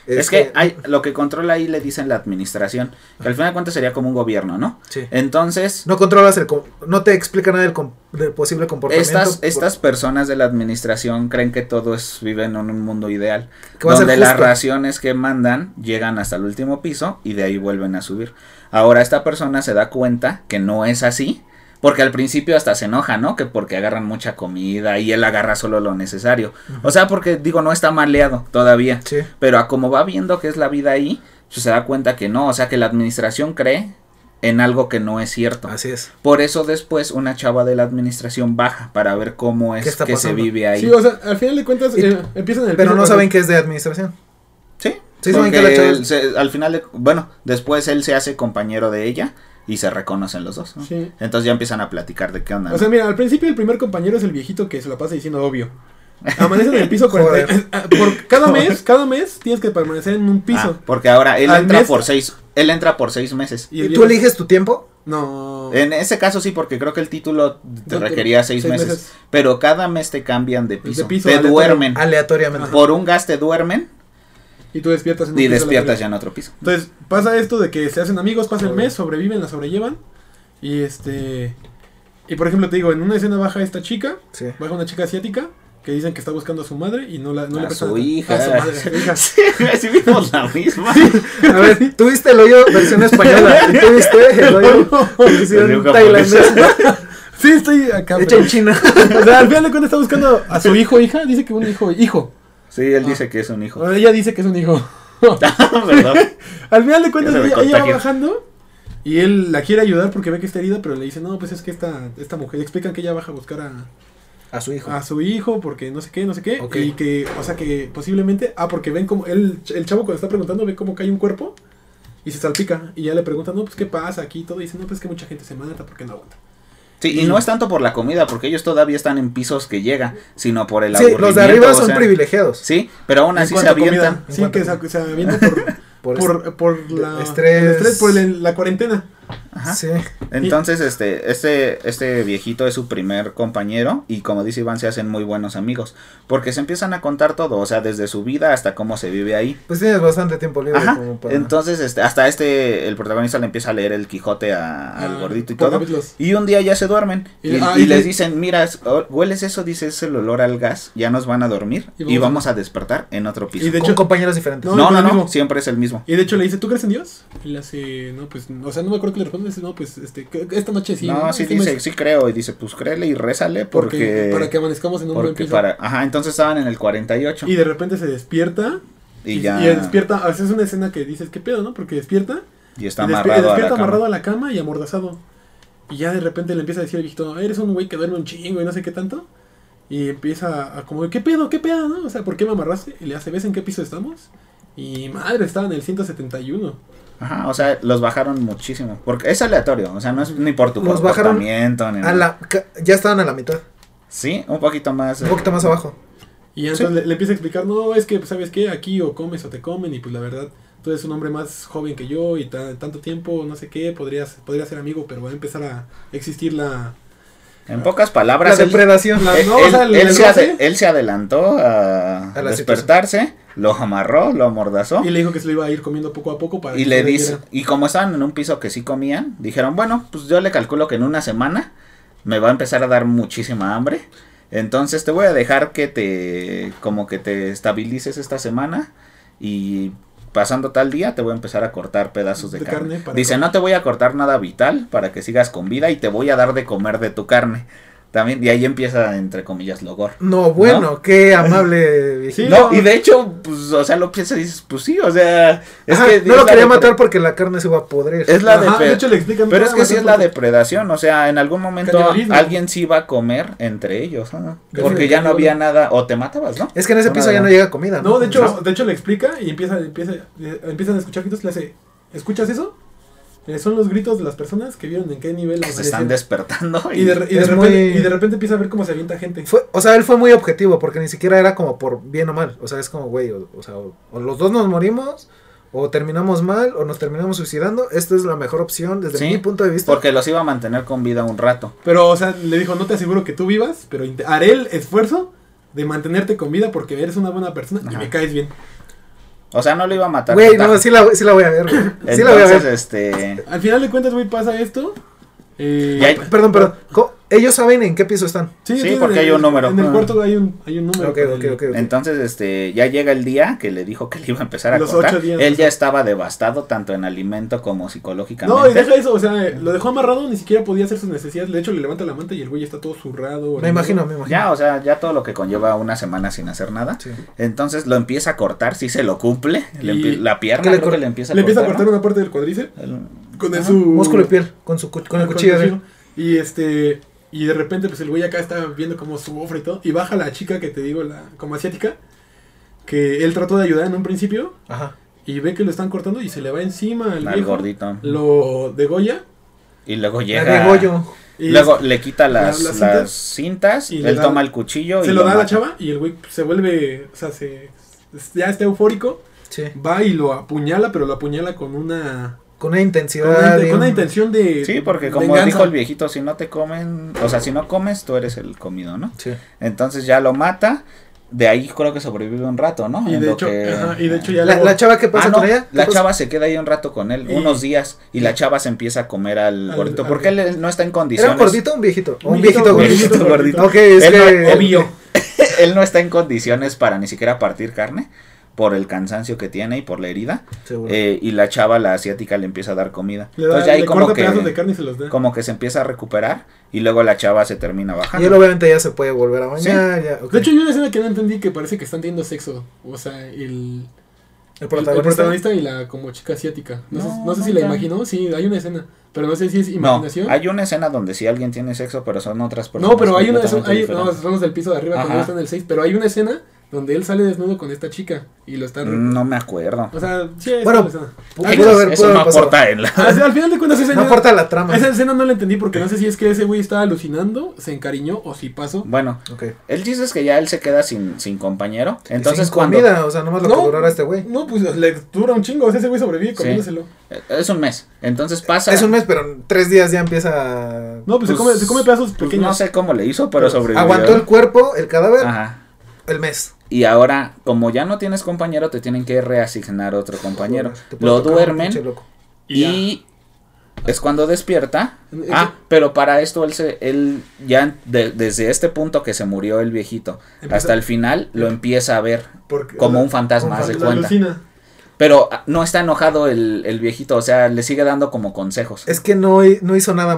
Speaker 1: Es que
Speaker 3: este,
Speaker 1: hay, lo que controla ahí le dicen la administración. Que al final de cuentas sería como un gobierno, ¿no?
Speaker 3: sí.
Speaker 1: Entonces,
Speaker 3: no controlas el com- no te explica nada del, com- del posible comportamiento
Speaker 1: estas,
Speaker 3: por-
Speaker 1: estas personas de la administración creen que todos viven en un mundo ideal.
Speaker 3: que va a ser
Speaker 1: donde las
Speaker 3: justo.
Speaker 1: raciones que mandan llegan hasta el último piso y de ahí vuelven a subir. Ahora esta persona se da cuenta que no es así, porque al principio hasta se enoja, ¿no? Que porque agarran mucha comida y él agarra solo lo necesario. O sea, porque digo, no está maleado todavía,
Speaker 3: Sí.
Speaker 1: pero a como va viendo que es la vida ahí, pues, se da cuenta que no, o sea, que la administración cree en algo que no es cierto.
Speaker 3: Así es.
Speaker 1: Por eso después una chava de la administración baja para ver cómo es
Speaker 3: ¿Qué está
Speaker 1: que se
Speaker 3: pasando?
Speaker 1: vive ahí.
Speaker 2: Sí, o sea, al final de cuentas
Speaker 3: Y-
Speaker 2: eh, empiezan en el
Speaker 3: Pero
Speaker 2: piso cuatro.
Speaker 3: no
Speaker 1: pues,
Speaker 3: saben que es de administración.
Speaker 1: Sí,
Speaker 3: Sí, saben
Speaker 1: porque
Speaker 3: que la chava-
Speaker 1: él se- al final, de- bueno, después él se hace compañero de ella y se reconocen los dos. ¿no?
Speaker 2: Sí.
Speaker 1: Entonces ya empiezan a platicar de qué onda.
Speaker 2: O
Speaker 1: ¿no?
Speaker 2: sea, mira, al principio el primer compañero es el viejito que se la pasa diciendo obvio. Amanece en
Speaker 1: *laughs*
Speaker 2: el piso 40. por cada mes, cada mes tienes que permanecer en un piso.
Speaker 1: Ah, porque ahora él
Speaker 2: Al
Speaker 1: entra
Speaker 2: mes-
Speaker 1: por seis, él entra por seis meses.
Speaker 2: el
Speaker 3: ¿Y tú
Speaker 2: viejo-
Speaker 3: eliges tu tiempo?
Speaker 2: No.
Speaker 1: En ese caso sí, porque creo que el título te
Speaker 2: No, te-
Speaker 1: requería seis,
Speaker 2: seis
Speaker 1: meses,
Speaker 2: meses.
Speaker 1: Pero cada mes te cambian de piso.
Speaker 2: piso,
Speaker 1: te
Speaker 2: aleatorio. Ah,
Speaker 1: duermen.
Speaker 3: Aleatoriamente.
Speaker 1: Por un gas te duermen
Speaker 2: Y tú despiertas en un
Speaker 1: y
Speaker 2: piso
Speaker 1: despiertas
Speaker 2: aleatorio.
Speaker 1: ya en otro piso.
Speaker 2: Entonces, pasa esto de que se hacen amigos, pasa el mes, sobreviven, la sobrellevan. Y este. Y por ejemplo, te digo, en una escena baja esta chica,
Speaker 3: Sí.
Speaker 2: baja una chica asiática que dicen que está buscando a su madre y no la no le
Speaker 1: a
Speaker 2: prestan
Speaker 1: su
Speaker 2: atención.
Speaker 1: hija.
Speaker 2: A su madre, a su
Speaker 1: *laughs*
Speaker 2: hija.
Speaker 1: sí, güey, sí vimos la misma.
Speaker 3: A ver, tuviste el hoyo
Speaker 1: *laughs*
Speaker 3: versión española. ¿Y tú viste el hoyo versión
Speaker 1: Versión
Speaker 3: tailandesa?
Speaker 2: Sí, estoy acá.
Speaker 3: *laughs* Hecha
Speaker 2: pero-
Speaker 3: en China.
Speaker 2: O sea, al final de cuentas está buscando a su hijo, hija. Dice que un hijo, hijo.
Speaker 1: Sí, él dice que es un hijo.
Speaker 2: O ella dice que es un hijo. *laughs* Ah.
Speaker 1: *laughs* ¿Verdad?
Speaker 2: al final de cuentas,
Speaker 1: Ya se me
Speaker 2: ella, ella va
Speaker 1: contagia.
Speaker 2: bajando. Y él la quiere ayudar porque ve que está herida, pero le dice, no, pues es que esta, esta mujer, le explican que ella baja a buscar a,
Speaker 3: A su hijo.
Speaker 2: a su hijo porque no sé qué, no sé qué.
Speaker 3: Ok.
Speaker 2: Y que, o sea, que posiblemente, ah, porque ven como, el, el chavo cuando está preguntando ve cómo cae un cuerpo y se salpica. Y ya le preguntan, no, pues qué pasa aquí y todo. Y dice, no, pues que mucha gente se mata porque no aguanta.
Speaker 1: Sí, y no es tanto por la comida, porque ellos todavía están en pisos que llega, sino por el
Speaker 3: Sí, los de arriba
Speaker 1: aburrimiento, o
Speaker 3: son
Speaker 1: sea,
Speaker 3: privilegiados.
Speaker 1: Sí, pero aún
Speaker 2: En
Speaker 1: así se
Speaker 2: cuanto a comida,
Speaker 1: avientan.
Speaker 2: Sí,
Speaker 3: En cuanto
Speaker 2: que
Speaker 3: a
Speaker 2: se, se avientan por,
Speaker 1: *laughs*
Speaker 3: Por,
Speaker 2: por, por la,
Speaker 3: estrés.
Speaker 2: el estrés, por el- la cuarentena.
Speaker 1: Ajá.
Speaker 3: Sí.
Speaker 1: Entonces, este, este, este viejito es su primer compañero y como dice Iván, se hacen muy buenos amigos, porque se empiezan a contar todo, o sea, desde su vida hasta cómo se vive ahí.
Speaker 3: Pues tienes bastante tiempo libre.
Speaker 1: Ajá.
Speaker 3: como para-
Speaker 1: Entonces, este, hasta este, el protagonista le empieza a leer el Quijote a- al
Speaker 2: Ah,
Speaker 1: gordito y
Speaker 2: por
Speaker 1: todo.
Speaker 2: capítulos.
Speaker 1: Y un día ya se duermen y,
Speaker 2: Y- ah,
Speaker 1: y
Speaker 2: y
Speaker 1: les
Speaker 2: le-
Speaker 1: dicen, mira, es- o- hueles eso, dice, es el olor al gas, ya nos van a dormir y
Speaker 2: Y
Speaker 1: vamos,
Speaker 2: vamos
Speaker 1: a despertar en otro piso.
Speaker 2: Y de
Speaker 3: Con
Speaker 2: hecho-
Speaker 3: compañeros diferentes.
Speaker 1: No,
Speaker 2: con
Speaker 1: no,
Speaker 2: el
Speaker 1: no,
Speaker 2: mismo.
Speaker 1: siempre es el mismo.
Speaker 2: Y de hecho le dice, ¿tú crees en Dios? Y le hace, no, pues, o sea, no me acuerdo que le responde, dice, no, pues, este, que- esta noche sí.
Speaker 1: no, sí
Speaker 2: Este
Speaker 1: dice,
Speaker 2: mes-
Speaker 1: sí creo, y dice, pues créele y rézale
Speaker 2: porque,
Speaker 1: porque...
Speaker 2: para que amanezcamos en un buen
Speaker 1: porque
Speaker 2: piso.
Speaker 1: para... Ajá, entonces estaban en el 48
Speaker 2: Y
Speaker 1: y,
Speaker 2: de repente se despierta
Speaker 1: ya...
Speaker 2: él despierta, a veces es una escena que dices, ¿qué pedo, no? Porque despierta.
Speaker 1: y está
Speaker 2: y despi-
Speaker 1: amarrado a la
Speaker 2: despierta
Speaker 1: cama.
Speaker 2: amarrado a la cama y amordazado. Y ya de repente le empieza a decir el viejito, eres un güey que duerme un chingo y no sé qué tanto. Y empieza a como, ¿qué pedo, qué pedo, no? O sea, ¿por qué me amarraste? Y le hace, ¿ves en qué piso estamos? Y madre, estaba en el 171.
Speaker 1: Ajá, o sea, los bajaron muchísimo. Porque es aleatorio, o sea, no es ni por tu
Speaker 3: Los bajaron
Speaker 1: comportamiento ni
Speaker 3: A
Speaker 1: nada.
Speaker 3: la, ca- ya estaban a la mitad.
Speaker 1: Sí, un poquito más.
Speaker 3: Un
Speaker 1: eh,
Speaker 3: poquito más abajo.
Speaker 2: Y entonces
Speaker 3: Sí.
Speaker 2: le, le empieza a explicar, no, es que, pues, ¿sabes qué? Aquí o comes o te comen y pues la verdad, tú eres un hombre más joven que yo y ta- tanto tiempo, no sé qué, podrías, podrías ser amigo, pero va a empezar a existir la...
Speaker 1: En pocas
Speaker 3: La
Speaker 1: palabras, él,
Speaker 3: depredación.
Speaker 2: La-
Speaker 1: Eh, él-
Speaker 2: no, o sea,
Speaker 1: él-
Speaker 2: el-
Speaker 1: él
Speaker 2: el
Speaker 1: se ade-
Speaker 2: roce.
Speaker 1: él se adelantó a,
Speaker 3: A la
Speaker 1: despertarse, lo amarró, lo amordazó.
Speaker 2: Y le dijo que se lo iba a ir comiendo poco a poco para...
Speaker 1: Y
Speaker 2: que
Speaker 1: le
Speaker 2: se le
Speaker 1: dice,
Speaker 2: diera.
Speaker 1: y como estaban en un piso que sí comían, dijeron, bueno, pues yo le calculo que en una semana me va a empezar a dar muchísima hambre. Entonces te voy a dejar que te, como que te estabilices esta semana y pasando tal día te voy a empezar a cortar pedazos de,
Speaker 2: De
Speaker 1: carne.
Speaker 2: carne para
Speaker 1: Dice,
Speaker 2: comer.
Speaker 1: no te voy a cortar nada vital para que sigas con vida y te voy a dar de comer de tu carne. También, y ahí empieza, entre comillas, logor.
Speaker 3: No, bueno, qué amable. viejito.
Speaker 2: Sí,
Speaker 1: No,
Speaker 2: no.
Speaker 1: y de hecho, pues, o sea, lo piensas y dices, pues sí, o sea, es
Speaker 3: Ajá,
Speaker 1: que
Speaker 3: no
Speaker 1: es
Speaker 3: lo
Speaker 1: la
Speaker 3: quería
Speaker 1: depre-
Speaker 3: matar porque la carne se iba a podrir.
Speaker 1: Es la
Speaker 2: Ajá,
Speaker 1: de,
Speaker 2: de hecho le explican...
Speaker 1: Pero es
Speaker 2: "Ah,
Speaker 1: que
Speaker 2: vas
Speaker 1: sí
Speaker 2: a
Speaker 1: es la
Speaker 2: poder-
Speaker 1: depredación, o sea, en algún momento
Speaker 2: Canibalismo.
Speaker 1: alguien sí iba a comer entre ellos, ¿no? porque
Speaker 2: sí,
Speaker 1: ya no había
Speaker 2: canibalismo.
Speaker 1: nada, o te matabas, ¿no?
Speaker 3: Es que en ese
Speaker 1: No,
Speaker 3: piso
Speaker 1: nada.
Speaker 3: ya no llega comida.
Speaker 2: pues, No, de hecho,
Speaker 1: No.
Speaker 2: de hecho le explica y empieza, empieza, eh, empiezan a escuchar gritos. Le hace, ¿escuchas eso? Eh, son los gritos de las personas que vieron en qué nivel
Speaker 1: Se están
Speaker 2: amanecieron".
Speaker 1: despertando y,
Speaker 2: y de, re- y de
Speaker 3: Es
Speaker 2: repente,
Speaker 3: muy-
Speaker 2: y de repente empieza a ver cómo se avienta gente.
Speaker 3: Fue- o sea, él fue muy objetivo porque ni siquiera era como por bien o mal. O sea, es como, güey, o, o sea, o, o los dos nos morimos, o terminamos mal, o nos terminamos suicidando. Esta es la mejor opción desde
Speaker 1: Sí,
Speaker 3: mi punto de vista.
Speaker 1: porque los iba a mantener con vida un rato.
Speaker 2: Pero, o sea, le dijo, no te aseguro que tú vivas, pero inte- haré el esfuerzo de mantenerte con vida porque eres una buena persona y
Speaker 1: Ajá.
Speaker 2: me caes bien.
Speaker 1: O sea, no lo iba a matar.
Speaker 3: Güey,
Speaker 1: total.
Speaker 3: no, sí la, sí la voy a ver, güey. Sí la voy a
Speaker 1: Entonces,
Speaker 3: ver.
Speaker 1: este,
Speaker 2: Al final de cuentas, güey, pasa esto. eh,
Speaker 1: Y ahí-
Speaker 3: Perdón, pero co- ellos saben en qué piso están.
Speaker 1: Sí,
Speaker 2: tiene-
Speaker 1: porque hay un número.
Speaker 2: En el
Speaker 1: Ah.
Speaker 2: cuarto hay un, hay un número.
Speaker 3: Ok,
Speaker 2: para
Speaker 3: ok,
Speaker 2: el-
Speaker 3: ok. ok.
Speaker 1: entonces este ya llega el día que le dijo que le iba a empezar a
Speaker 2: Los
Speaker 1: cortar.
Speaker 2: ocho días,
Speaker 1: Él
Speaker 2: o
Speaker 1: ya estaba devastado tanto en alimento como psicológicamente.
Speaker 2: No, y deja eso, o sea, eh, lo dejó amarrado, ni siquiera podía hacer sus necesidades. De hecho, le levanta la manta y el güey está todo zurrado.
Speaker 3: me
Speaker 2: orinado.
Speaker 3: imagino, me imagino.
Speaker 1: Pues Ya, o sea, ya todo lo que conlleva una semana sin hacer nada.
Speaker 3: Sí.
Speaker 1: Entonces lo empieza a cortar, si se lo cumple. le
Speaker 2: Y-
Speaker 1: empie- la pierna
Speaker 3: ¿Qué le
Speaker 1: creo que
Speaker 3: cor-
Speaker 1: le empieza a
Speaker 2: Le empieza a
Speaker 1: cortar,
Speaker 2: cortar una parte del cuadrice
Speaker 1: ¿no? El-
Speaker 2: con el
Speaker 3: Ajá,
Speaker 2: su...
Speaker 3: Músculo y piel, con, su, cu- con el cuchillo. así.
Speaker 2: Y este. Y de repente, pues el güey acá está viendo como su ofre y todo. Y baja la chica que te digo, la como asiática. Que él trató de ayudar en un principio.
Speaker 3: Ajá.
Speaker 2: Y ve que lo están cortando y se le va encima al
Speaker 1: Al
Speaker 2: viejo,
Speaker 1: gordito.
Speaker 2: Lo degolla.
Speaker 1: Y luego
Speaker 3: La
Speaker 1: llega.
Speaker 3: de Goyo.
Speaker 2: Y
Speaker 1: Luego le quita
Speaker 2: la-
Speaker 1: las,
Speaker 2: las
Speaker 1: las cintas,
Speaker 2: y le
Speaker 1: él
Speaker 2: da-
Speaker 1: toma el cuchillo y
Speaker 2: se lo
Speaker 1: lo
Speaker 2: da a la
Speaker 1: mata.
Speaker 2: chava. Y el güey pues, se vuelve. O sea, se. Ya está eufórico.
Speaker 3: Sí.
Speaker 2: Va y lo apuñala, pero lo apuñala con una.
Speaker 3: Con una
Speaker 2: Con una,
Speaker 3: intensidad.
Speaker 2: inte- con una
Speaker 3: digamos.
Speaker 2: intención de.
Speaker 1: Sí, porque como
Speaker 2: venganza.
Speaker 1: dijo el viejito, si no te comen, o sea, si no comes, tú eres el comido, ¿no?
Speaker 3: Sí.
Speaker 1: Entonces ya lo mata, de ahí creo que sobrevive un rato, ¿no?
Speaker 2: Y
Speaker 1: En
Speaker 2: de
Speaker 1: lo
Speaker 2: hecho,
Speaker 1: que-
Speaker 2: ajá, y de hecho ya
Speaker 3: La,
Speaker 2: luego-
Speaker 3: la chava que pasa
Speaker 1: Ah, no,
Speaker 3: con ella. ¿qué
Speaker 1: la
Speaker 2: Pues,
Speaker 3: pasa?
Speaker 1: chava se queda ahí un rato con él,
Speaker 2: Y-
Speaker 1: unos días, y la chava se empieza a comer al,
Speaker 2: eh, Al-
Speaker 1: gordito,
Speaker 2: al-
Speaker 1: porque él no está en
Speaker 3: ¿Era
Speaker 1: condiciones.
Speaker 3: un gordito o un viejito? O un viejito
Speaker 1: gordito.
Speaker 3: gordito.
Speaker 1: gordito. *laughs*
Speaker 3: Ok, es
Speaker 1: Él no-
Speaker 3: que.
Speaker 2: Obvio.
Speaker 1: *laughs* él no está en condiciones para ni siquiera partir carne por el cansancio que tiene y por la herida.
Speaker 3: Seguro.
Speaker 1: eh, y la chava, la asiática, le empieza a dar comida.
Speaker 2: Le, da,
Speaker 1: Entonces ya ahí
Speaker 2: le
Speaker 1: como
Speaker 2: corta
Speaker 1: que,
Speaker 2: pedazos de carne y se los da.
Speaker 1: como que se empieza a recuperar y luego la chava se termina
Speaker 3: Y
Speaker 1: bajando.
Speaker 3: él obviamente ya se puede volver a bañar. ya, ok.
Speaker 2: De hecho, hay una escena que no entendí que parece que están teniendo sexo. O sea, el,
Speaker 3: el
Speaker 2: el
Speaker 3: protagonista.
Speaker 2: protagonista y la como chica asiática. No, sé,
Speaker 1: No,
Speaker 2: no sé si
Speaker 1: nunca.
Speaker 2: la imaginó. Sí, hay una escena. Pero no sé si es
Speaker 1: No,
Speaker 2: imaginación. No,
Speaker 1: hay una escena donde sí alguien tiene sexo, pero son otras personas.
Speaker 2: pero hay una.
Speaker 1: completamente
Speaker 2: hay- no,
Speaker 1: diferentes.
Speaker 2: somos del piso de arriba, cuando
Speaker 1: Ajá.
Speaker 2: está en el 6. Pero hay una escena donde él sale desnudo con esta chica y lo están.
Speaker 1: No me acuerdo.
Speaker 2: O sea, sí, es
Speaker 3: Bueno,
Speaker 2: una escena.
Speaker 3: Pudo haber-
Speaker 1: Eso
Speaker 3: pudo
Speaker 1: no
Speaker 3: haber pasado.
Speaker 1: aporta en la-
Speaker 2: Ah, o sea, al final de cuentas, esa
Speaker 3: No
Speaker 2: escena,
Speaker 3: aporta la trama.
Speaker 2: esa escena no la entendí porque no sé si es que ese güey estaba alucinando, se encariñó o si pasó.
Speaker 1: Bueno,
Speaker 3: Ok.
Speaker 1: el chiste es que ya él se queda sin, sin compañero. Entonces,
Speaker 3: Sin
Speaker 1: cuando.
Speaker 3: comida, o sea, nomás lo que
Speaker 2: No.
Speaker 3: durara este güey.
Speaker 2: No, pues le dura un chingo. O sea, ese güey sobrevive comiéndoselo.
Speaker 1: eh, Es un mes. Entonces pasa.
Speaker 3: Es un mes, pero en tres días ya empieza.
Speaker 2: No, pues, se, come, se come pedazos
Speaker 1: pues,
Speaker 2: pequeños.
Speaker 1: no sé cómo le hizo, pero
Speaker 2: Pero
Speaker 1: sobrevivió.
Speaker 3: Aguantó el cuerpo, el cadáver,
Speaker 1: Ajá.
Speaker 3: el mes.
Speaker 1: Y ahora, como ya no tienes compañero, te tienen que reasignar otro compañero.
Speaker 3: Te puede
Speaker 1: Lo
Speaker 3: tocar un pinche
Speaker 1: duermen
Speaker 3: loco.
Speaker 1: y es cuando despierta.
Speaker 2: Es
Speaker 1: Ah, pero para esto él se, él ya de- desde este punto que se murió el viejito
Speaker 2: Empieza-
Speaker 1: hasta el final lo empieza a ver
Speaker 2: Porque-
Speaker 1: como
Speaker 2: la-
Speaker 1: un fantasma,
Speaker 3: un
Speaker 1: hace
Speaker 2: la
Speaker 1: cuenta.
Speaker 2: alucina.
Speaker 1: Pero ah, no está enojado el, el viejito, o sea, le sigue dando como consejos.
Speaker 3: Es que no, no hizo nada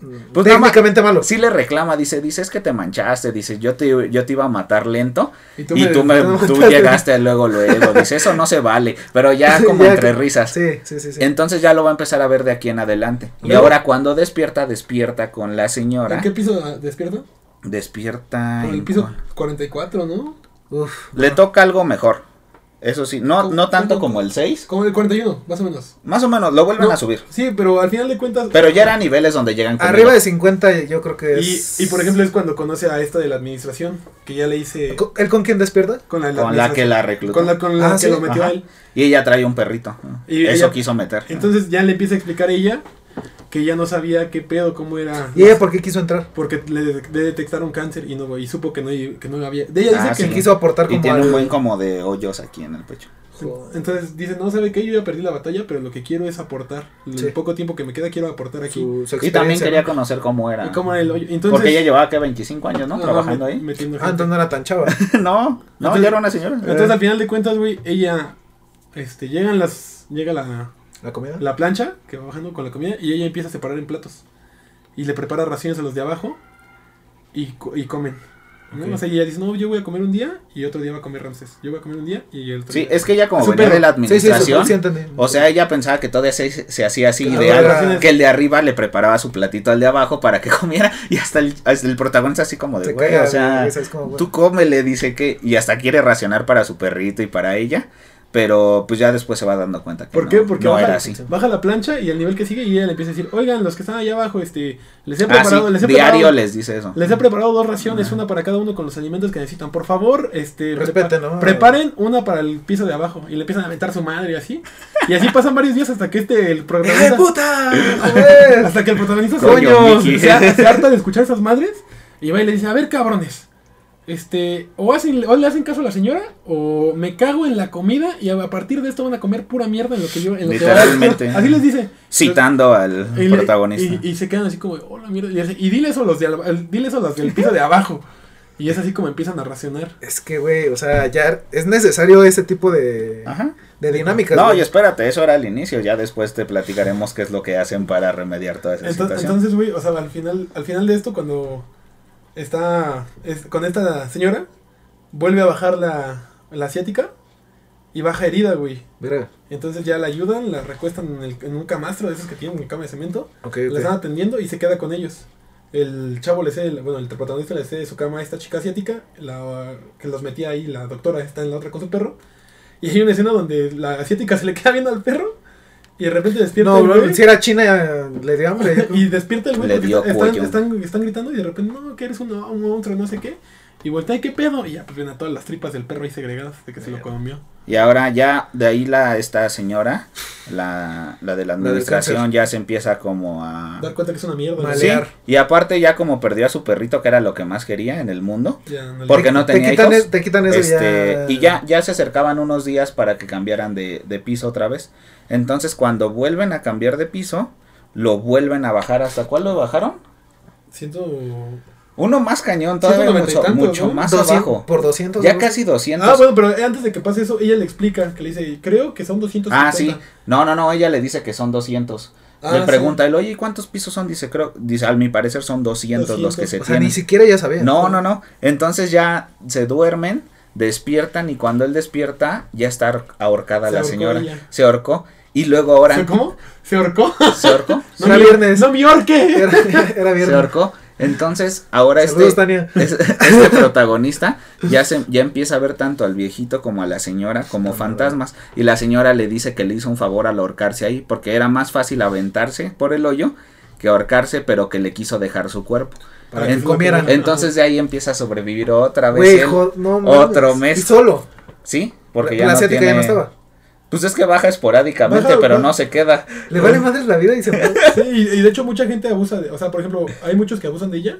Speaker 3: mm,
Speaker 1: Pues nada más-
Speaker 3: técnicamente malo.
Speaker 1: Sí le reclama, dice, dice, es que te manchaste, dice, yo te, yo te iba a matar lento
Speaker 2: Y tú
Speaker 1: y
Speaker 2: me-
Speaker 1: tú, me,
Speaker 3: no,
Speaker 1: tú
Speaker 3: no,
Speaker 1: llegaste luego, luego, dice, eso no se vale, pero ya
Speaker 3: *laughs* Sí,
Speaker 1: como
Speaker 3: ya
Speaker 1: entre
Speaker 3: que-
Speaker 1: risas.
Speaker 3: Sí, sí, sí. sí.
Speaker 1: Entonces ya lo va a empezar a ver de aquí en adelante. Y
Speaker 3: Luego-
Speaker 1: ahora cuando despierta, despierta con la
Speaker 2: ¿En
Speaker 1: señora.
Speaker 2: qué piso ah, despierta?
Speaker 1: Despierta.
Speaker 2: En
Speaker 1: en
Speaker 2: el piso
Speaker 1: cuál.
Speaker 2: 44, ¿no?
Speaker 3: Uf.
Speaker 1: Le toca algo mejor. Eso sí, no,
Speaker 2: ¿Cómo-
Speaker 1: no tanto
Speaker 2: cómo?
Speaker 1: como el 6.
Speaker 2: Como el 41, más o menos.
Speaker 1: Más o menos, lo vuelven
Speaker 2: No.
Speaker 1: a subir.
Speaker 2: Sí, pero al final de cuentas.
Speaker 1: Pero ya eran niveles donde llegan con
Speaker 3: Arriba
Speaker 1: ella.
Speaker 3: de 50 yo creo que
Speaker 2: Y,
Speaker 3: es...
Speaker 2: y por ejemplo, es cuando conoce a esta de la administración. Que ya le hice.
Speaker 3: ¿Co- ¿Él con quién despierta?
Speaker 2: Con la, de
Speaker 1: Con la que
Speaker 2: administración.
Speaker 1: la reclutó.
Speaker 2: Con la, con la
Speaker 3: Ah,
Speaker 2: que
Speaker 3: sí.
Speaker 2: lo metió
Speaker 1: Ajá.
Speaker 2: a él.
Speaker 1: Y ella trae un perrito. ¿no?
Speaker 2: Y
Speaker 1: Eso
Speaker 2: ella-
Speaker 1: quiso meter.
Speaker 2: Entonces ya le empieza a explicar a ella que ya no sabía qué pedo, cómo era.
Speaker 3: ¿Y ella por qué quiso entrar?
Speaker 2: Porque le, de- le detectaron cáncer y no y supo que no, que no había. De ella dice
Speaker 1: Ah,
Speaker 2: que
Speaker 1: sí.
Speaker 3: Quiso aportar
Speaker 1: y
Speaker 3: como
Speaker 1: tiene
Speaker 3: al-
Speaker 1: un buen como de hoyos aquí en el pecho.
Speaker 3: Joder.
Speaker 2: Entonces dice, no sabe qué, yo ya perdí la batalla, pero lo que quiero es aportar. El
Speaker 3: Sí.
Speaker 2: poco tiempo que me queda quiero aportar aquí.
Speaker 3: Su- su
Speaker 1: Y también
Speaker 3: experiencia,
Speaker 1: quería
Speaker 3: ¿no?
Speaker 1: conocer cómo era.
Speaker 2: Y cómo era el hoyo. Entonces,
Speaker 1: Porque ella llevaba que 25 años, ¿no?
Speaker 2: Ajá,
Speaker 1: Trabajando
Speaker 2: me- *laughs*
Speaker 1: ahí.
Speaker 2: metiendo
Speaker 3: Ah,
Speaker 2: gente.
Speaker 3: entonces no era tan chava.
Speaker 1: no, no,
Speaker 2: Entonces-
Speaker 1: ya era una señora.
Speaker 2: Entonces al final de cuentas, güey, ella este llegan las llega la,
Speaker 3: ¿La comida?
Speaker 2: la plancha que va bajando con la comida y ella empieza a separar en platos. Y le prepara raciones a los de abajo y, co- y comen. ¿no?
Speaker 3: Ok.
Speaker 2: O sea, ella dice, no, yo voy a comer un día y otro día va a comer Ramses. Yo voy a comer un día y el otro
Speaker 1: Sí,
Speaker 2: día.
Speaker 1: es que ella como
Speaker 3: Su
Speaker 1: venía
Speaker 3: perro.
Speaker 1: de la
Speaker 3: Sí, sí, sí,
Speaker 1: administración,
Speaker 3: sí, entendí.
Speaker 1: o sea, ella pensaba que todavía se, se hacía así
Speaker 3: Claro,
Speaker 1: ideal,
Speaker 3: era-
Speaker 1: que el de arriba le preparaba su platito al de abajo para que *laughs* comiera y hasta el, hasta el protagonista así como de,
Speaker 3: Se
Speaker 1: güey,
Speaker 3: caga
Speaker 1: o
Speaker 3: de
Speaker 1: sea,
Speaker 3: risa, es como, güey.
Speaker 1: tú come, le dice que, y hasta quiere racionar para su perrito y para ella, pero pues ya después se va dando cuenta que
Speaker 2: ¿Por
Speaker 1: no,
Speaker 2: qué? Porque
Speaker 1: no
Speaker 2: baja,
Speaker 1: era así. Ah,
Speaker 2: baja la plancha y al nivel que sigue y ella le empieza a decir, oigan, los que están allá abajo, este, les he
Speaker 1: Ah, sí,
Speaker 2: preparado, les he
Speaker 1: diario
Speaker 2: preparado,
Speaker 1: les dice eso.
Speaker 2: les he preparado dos raciones, una para cada uno con los alimentos que necesitan. Por favor, este,
Speaker 3: Respeten,
Speaker 2: prepa-
Speaker 3: ¿no?
Speaker 2: preparen una para el piso de abajo y le empiezan a aventar su madre y así. Y así pasan varios días hasta que este el
Speaker 3: ¡Eh,
Speaker 1: *laughs*
Speaker 2: protagonista
Speaker 3: puta! ¡Joder!
Speaker 2: hasta que el protagonista se,
Speaker 1: Coño,
Speaker 2: coño,
Speaker 1: Mickey.
Speaker 2: se ha- se harta de escuchar esas madres y va y le dice, a ver cabrones, este, o, hacen, o le hacen caso a la señora o me cago en la comida y a partir de esto van a comer pura mierda en lo que yo... En lo que va a-
Speaker 1: Literalmente.
Speaker 2: Así les dice.
Speaker 1: *laughs* Citando al
Speaker 2: Y le-
Speaker 1: protagonista.
Speaker 2: Y, y se quedan así como, oh la mierda. Y, dice, "Y dile eso a los, de al- al- dile eso a los del piso de abajo. Y es así como empiezan a racionar.
Speaker 3: Es que, güey, o sea, ya es necesario ese tipo de,
Speaker 1: Ajá.
Speaker 3: de dinámicas.
Speaker 1: Ah. No,
Speaker 3: güey.
Speaker 1: y espérate, eso era el inicio, ya después te platicaremos qué es lo que hacen para remediar toda esa
Speaker 2: Ento-
Speaker 1: situación.
Speaker 2: Entonces, güey, o sea, al final, al final de esto, cuando está es- con esta señora, vuelve a bajar la, la asiática y baja herida, güey.
Speaker 3: Verga.
Speaker 2: Entonces ya la ayudan, la recuestan en, el- en un camastro de esos que tienen, en cama de cemento.
Speaker 3: Ok,
Speaker 2: La están
Speaker 3: ok.
Speaker 2: atendiendo y se queda con ellos. El chavo le cede, bueno, el protagonista le cede su cama a esta chica asiática, la, que los metía ahí, la doctora está en la otra con su perro. Y hay una escena donde la asiática se le queda viendo al perro y de repente despierta
Speaker 3: No,
Speaker 2: el güey.
Speaker 3: bro, si era china, eh, le dio hambre. yo creo.
Speaker 2: Y despierta el güey.
Speaker 1: Le
Speaker 2: porque
Speaker 1: dio
Speaker 2: está-
Speaker 1: cuello.
Speaker 2: están, están, están gritando y de repente, no, que eres un, un monstruo, no sé qué. Y voltea, "Ay, ¿qué pedo? Y ya, pues ven a todas las tripas del perro ahí segregadas de que se lo comió.
Speaker 1: Y ahora ya de ahí la esta señora, la, la de la
Speaker 3: del
Speaker 1: administración, ya se empieza como a...
Speaker 2: Dar cuenta que es una mierda. güey.
Speaker 3: Vale.
Speaker 1: Sí,
Speaker 3: pelear.
Speaker 1: y aparte ya como perdió a su perrito, que era lo que más quería en el mundo.
Speaker 2: Ya, no le-
Speaker 1: Porque no
Speaker 3: te,
Speaker 1: tenía
Speaker 3: quitan
Speaker 1: hijos,
Speaker 3: e- te quitan eso
Speaker 1: Este,
Speaker 3: ya.
Speaker 1: Y ya, ya se acercaban unos días para que cambiaran de, de piso otra vez. Entonces cuando vuelven a cambiar de piso, lo vuelven a bajar. ¿Hasta cuál lo bajaron?
Speaker 2: Siento...
Speaker 1: Uno más cañón, todavía
Speaker 2: 190 y
Speaker 1: mucho,
Speaker 2: tantos,
Speaker 1: mucho
Speaker 2: ¿no?
Speaker 1: más
Speaker 3: 200
Speaker 1: abajo.
Speaker 3: Por 200.
Speaker 1: Ya
Speaker 3: ¿no?
Speaker 1: casi 200.
Speaker 2: Ah, bueno, pero antes de que pase eso, ella le explica, que le dice, creo que son 250.
Speaker 1: Ah, sí. No, no, no, ella le dice que son 200.
Speaker 2: Ah,
Speaker 1: le
Speaker 2: sí.
Speaker 1: pregunta, él, oye, ¿y ¿cuántos pisos son? Dice, creo, dice, al mi parecer son 200, los que
Speaker 2: 200.
Speaker 1: se
Speaker 3: O sea,
Speaker 1: tienen.
Speaker 3: ni siquiera ya sabía.
Speaker 1: No, no, no. Entonces ya se duermen, despiertan y cuando él despierta ya está ahorcada
Speaker 2: Se
Speaker 1: la
Speaker 2: ahorcó
Speaker 1: señora.
Speaker 2: ella.
Speaker 1: Se ahorcó y luego ahora
Speaker 2: ¿Se- ¿Cómo? ¿Se
Speaker 3: *laughs*
Speaker 2: ahorcó?
Speaker 1: se ahorcó.
Speaker 3: No, Era
Speaker 2: mi-
Speaker 3: viernes.
Speaker 2: ¡No, mi orque!
Speaker 3: Era, *laughs* era
Speaker 1: se
Speaker 3: viernes.
Speaker 1: ahorcó. Entonces ahora
Speaker 3: Saludos,
Speaker 1: este,
Speaker 3: Tania.
Speaker 1: es- este protagonista ya se ya empieza a ver tanto al viejito como a la señora como fantasmas y la señora le dice que le hizo un favor al ahorcarse ahí porque era más fácil aventarse por el hoyo que ahorcarse pero que le quiso dejar su cuerpo.
Speaker 3: Para
Speaker 1: En-
Speaker 3: que comieran.
Speaker 1: Entonces de ahí empieza a sobrevivir otra vez.
Speaker 3: Güey,
Speaker 1: él.
Speaker 3: jo- no mames.
Speaker 1: otro mes.
Speaker 3: Y solo.
Speaker 1: Sí, porque
Speaker 3: la
Speaker 1: ya no
Speaker 3: asiática
Speaker 1: tiene...
Speaker 3: ya no estaba.
Speaker 1: Pues es que baja esporádicamente,
Speaker 2: Baja,
Speaker 1: pero
Speaker 2: baja.
Speaker 1: no se queda. *laughs*
Speaker 3: Le vale madre la vida y se fue.
Speaker 2: Sí, y, y de hecho mucha gente abusa de... O sea, por ejemplo, hay muchos que abusan de ella.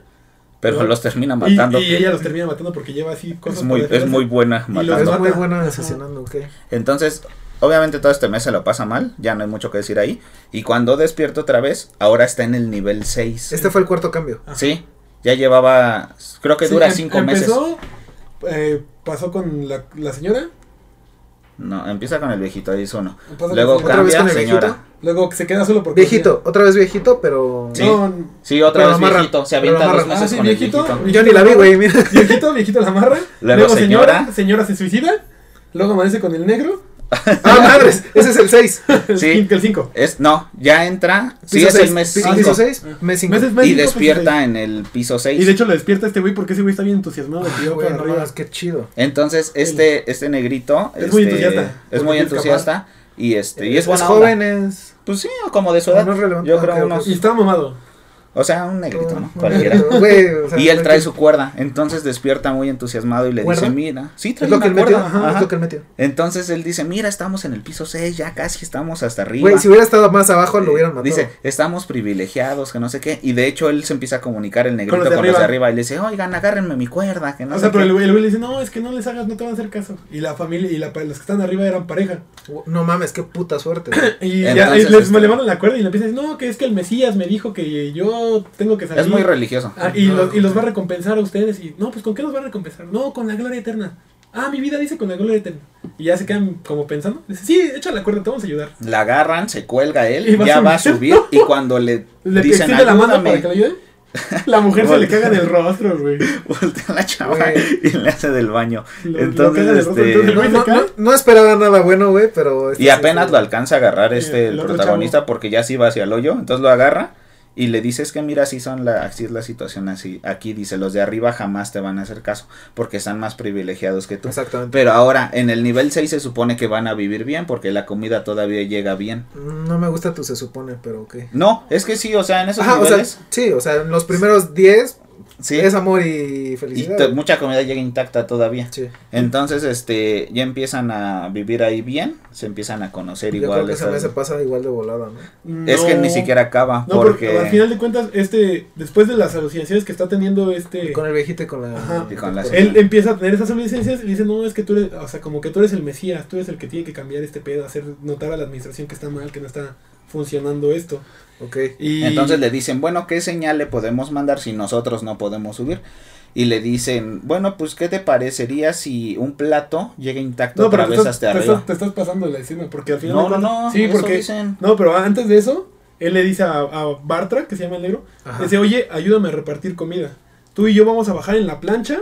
Speaker 1: Pero
Speaker 2: Ajá.
Speaker 1: los termina
Speaker 2: y-
Speaker 1: matando.
Speaker 2: Y, ella los termina matando porque lleva así cosas
Speaker 1: es
Speaker 2: por
Speaker 1: muy, es
Speaker 2: defenderse.
Speaker 1: muy buena
Speaker 2: Y los
Speaker 3: Es
Speaker 1: matando.
Speaker 2: mata.
Speaker 3: muy buena
Speaker 2: Ajá.
Speaker 3: asesinando, ok.
Speaker 1: Entonces, obviamente todo este mes se lo pasa mal, ya no hay mucho que decir ahí. Y cuando despierto otra vez, ahora está en el nivel 6.
Speaker 3: Este fue el cuarto cambio.
Speaker 2: Ajá.
Speaker 1: Sí, ya llevaba, creo que
Speaker 2: Sí,
Speaker 1: dura
Speaker 2: em-
Speaker 1: 5 meses.
Speaker 2: empezó, eh, pasó con la, la señora.
Speaker 1: No, empieza con el viejito, ahí es uno.
Speaker 2: pasó con
Speaker 1: Luego
Speaker 2: la señora.
Speaker 3: ¿Otra vez
Speaker 1: cambia,
Speaker 3: con el
Speaker 1: señora.
Speaker 3: viejito?
Speaker 2: Luego se queda solo porque...
Speaker 3: Viejito, otra vez viejito, pero.
Speaker 1: Sí.
Speaker 2: No,
Speaker 1: Sí, otra
Speaker 3: Pero
Speaker 1: vez
Speaker 3: lo amarran,
Speaker 1: viejito, se
Speaker 3: pero lo
Speaker 1: avienta dos
Speaker 3: amarran.
Speaker 1: meses
Speaker 2: Ah, sí,
Speaker 1: con
Speaker 2: viejito.
Speaker 1: el viejito.
Speaker 3: Yo ni la vi, güey, mira.
Speaker 1: *laughs*
Speaker 2: viejito, viejito la amarra.
Speaker 1: Luego señora.
Speaker 2: señora. Señora se suicida. Luego amanece con el negro. *laughs*
Speaker 3: Ah, madres, ese es el 6.
Speaker 2: El
Speaker 1: Sí.
Speaker 2: cin- El 5.
Speaker 1: Es, no, ya entra, sí es el mes 5.
Speaker 3: Piso 6, mes 5.
Speaker 1: Y despierta en el piso 6.
Speaker 2: pues, Y de hecho lo despierta este güey porque ese güey está bien entusiasmado. de que iba para arriba.
Speaker 3: qué chido.
Speaker 1: Entonces, este, este negrito
Speaker 2: Es muy
Speaker 1: este,
Speaker 2: entusiasta,
Speaker 1: Es
Speaker 2: porque
Speaker 1: muy
Speaker 2: es capaz.
Speaker 1: entusiasta. Y este, y es buena onda.
Speaker 3: jóvenes.
Speaker 1: Pues sí, como de su edad.
Speaker 3: Eh, No es relevante.
Speaker 1: yo
Speaker 3: Ah,
Speaker 1: creo
Speaker 3: ok,
Speaker 1: unos.
Speaker 2: Y está mamado.
Speaker 1: O sea, un negrito, ¿no?
Speaker 3: Bueno,
Speaker 1: Cualquiera.
Speaker 3: güey, o sea,
Speaker 1: Y él trae
Speaker 3: cualquier-
Speaker 1: su cuerda. Entonces despierta muy entusiasmado y le
Speaker 3: ¿Cuerda?
Speaker 1: dice, mira. Sí, trae
Speaker 3: Es lo que
Speaker 1: una
Speaker 3: él metió.
Speaker 1: cuerda.
Speaker 3: ajá,
Speaker 1: ajá.
Speaker 3: Es lo que él metió.
Speaker 1: Entonces él dice, mira, estamos en el piso 6, ya casi estamos hasta arriba.
Speaker 3: Güey, si hubiera estado más abajo, lo hubieran matado.
Speaker 1: Dice, estamos privilegiados, que no sé qué. Y de hecho, él se empieza a comunicar el negrito
Speaker 2: los
Speaker 1: con
Speaker 2: de
Speaker 1: los de,
Speaker 2: arriba.
Speaker 1: arriba. Y le dice, oigan, agárrenme mi cuerda, que no
Speaker 2: o
Speaker 1: sé
Speaker 2: sea, pero
Speaker 1: qué.
Speaker 2: el güey, el güey le dice, no, es que no les hagas, no te van a hacer caso. Y la familia, y la, pa- los que están arriba eran pareja.
Speaker 3: No mames, qué puta suerte.
Speaker 1: *coughs*
Speaker 2: Y ya
Speaker 1: Entonces,
Speaker 2: y les
Speaker 1: este-
Speaker 2: me levantan la cuerda y le empiezan a decir, no, que es que el Mesías me dijo que yo tengo que salir.
Speaker 1: Es muy religioso.
Speaker 2: Ah, y, los, y los va a recompensar a ustedes. Y no, pues ¿con qué los va a recompensar? No, con la gloria eterna. Ah, mi vida dice con la gloria eterna. Y ya se quedan como pensando. Dice, sí, echa la cuerda, te vamos a ayudar.
Speaker 1: La agarran, se cuelga él,
Speaker 2: Y va
Speaker 1: ya
Speaker 2: a
Speaker 1: va a subir
Speaker 2: subir.
Speaker 1: y cuando le,
Speaker 2: *laughs* Le
Speaker 1: dicen
Speaker 2: extiende la mano para
Speaker 1: ayúdame,
Speaker 2: que
Speaker 1: *laughs*
Speaker 2: le ayude. La mujer se le caga en el rostro, güey.
Speaker 1: voltea la chava
Speaker 3: Güey.
Speaker 1: y le hace del baño.
Speaker 2: Lo- lo
Speaker 1: entonces,
Speaker 2: caga en el rostro,
Speaker 1: este,
Speaker 2: entonces,
Speaker 3: No,
Speaker 2: güey, se
Speaker 3: no,
Speaker 2: cae.
Speaker 3: no- no esperaba nada bueno, güey, pero. este
Speaker 1: y
Speaker 3: sí
Speaker 1: apenas lo
Speaker 3: estuvo-
Speaker 1: alcanza a agarrar este
Speaker 2: El
Speaker 1: el
Speaker 2: otro
Speaker 1: protagonista porque ya sí va hacia el hoyo, entonces lo agarra y le dice es que mira así son la así es la situación así aquí dice los de arriba jamás te van a hacer caso porque están más privilegiados que tú.
Speaker 3: Exactamente.
Speaker 1: Pero ahora en el nivel 6 se supone que van a vivir bien porque la comida todavía llega bien.
Speaker 3: No me gusta tu se supone, pero ok.
Speaker 1: No, es que sí, o sea, en esos
Speaker 3: Ajá, o sea,
Speaker 1: niveles
Speaker 3: sí, o sea, en los primeros 10
Speaker 1: sí,
Speaker 3: es amor y
Speaker 1: y
Speaker 3: felicidad.
Speaker 1: to- mucha comida llega intacta todavía.
Speaker 3: Sí.
Speaker 1: Entonces, este, ya empiezan a vivir ahí bien, se empiezan a conocer
Speaker 3: Yo
Speaker 1: igual.
Speaker 3: creo que ese
Speaker 1: están-
Speaker 3: mes se pasa igual de volada, ¿no?
Speaker 1: Es que
Speaker 2: No.
Speaker 1: ni siquiera acaba,
Speaker 2: No, porque...
Speaker 1: porque...
Speaker 2: al final de cuentas, este, después de las alucinaciones que está teniendo este...
Speaker 3: Con el viejito y con la.
Speaker 2: Ajá.
Speaker 1: Y con la
Speaker 2: Él empieza a tener esas alucinaciones y dice, no, es que tú eres, o sea, como que tú eres el Mesías, tú eres el que tiene que cambiar este pedo, hacer notar a la administración que está mal, que no está funcionando esto.
Speaker 3: Ok.
Speaker 2: Y
Speaker 1: Entonces le dicen, bueno, ¿qué señal le podemos mandar si nosotros no podemos subir? Y le dicen, bueno, pues, ¿qué te parecería si un plato llega intacto otra
Speaker 2: te
Speaker 1: vez
Speaker 2: estás,
Speaker 1: hasta
Speaker 2: te
Speaker 1: arriba?
Speaker 2: estás- te estás pasando la escena, porque al final.
Speaker 1: No,
Speaker 2: de
Speaker 1: no,
Speaker 2: cuentas-
Speaker 1: no,
Speaker 2: Sí,
Speaker 1: eso
Speaker 2: porque.
Speaker 1: dicen.
Speaker 2: No, pero antes de eso, él le dice a, a Bartra, que se llama el negro,
Speaker 3: Ajá.
Speaker 2: le dice, oye, ayúdame a repartir comida. Tú y yo vamos a bajar en la plancha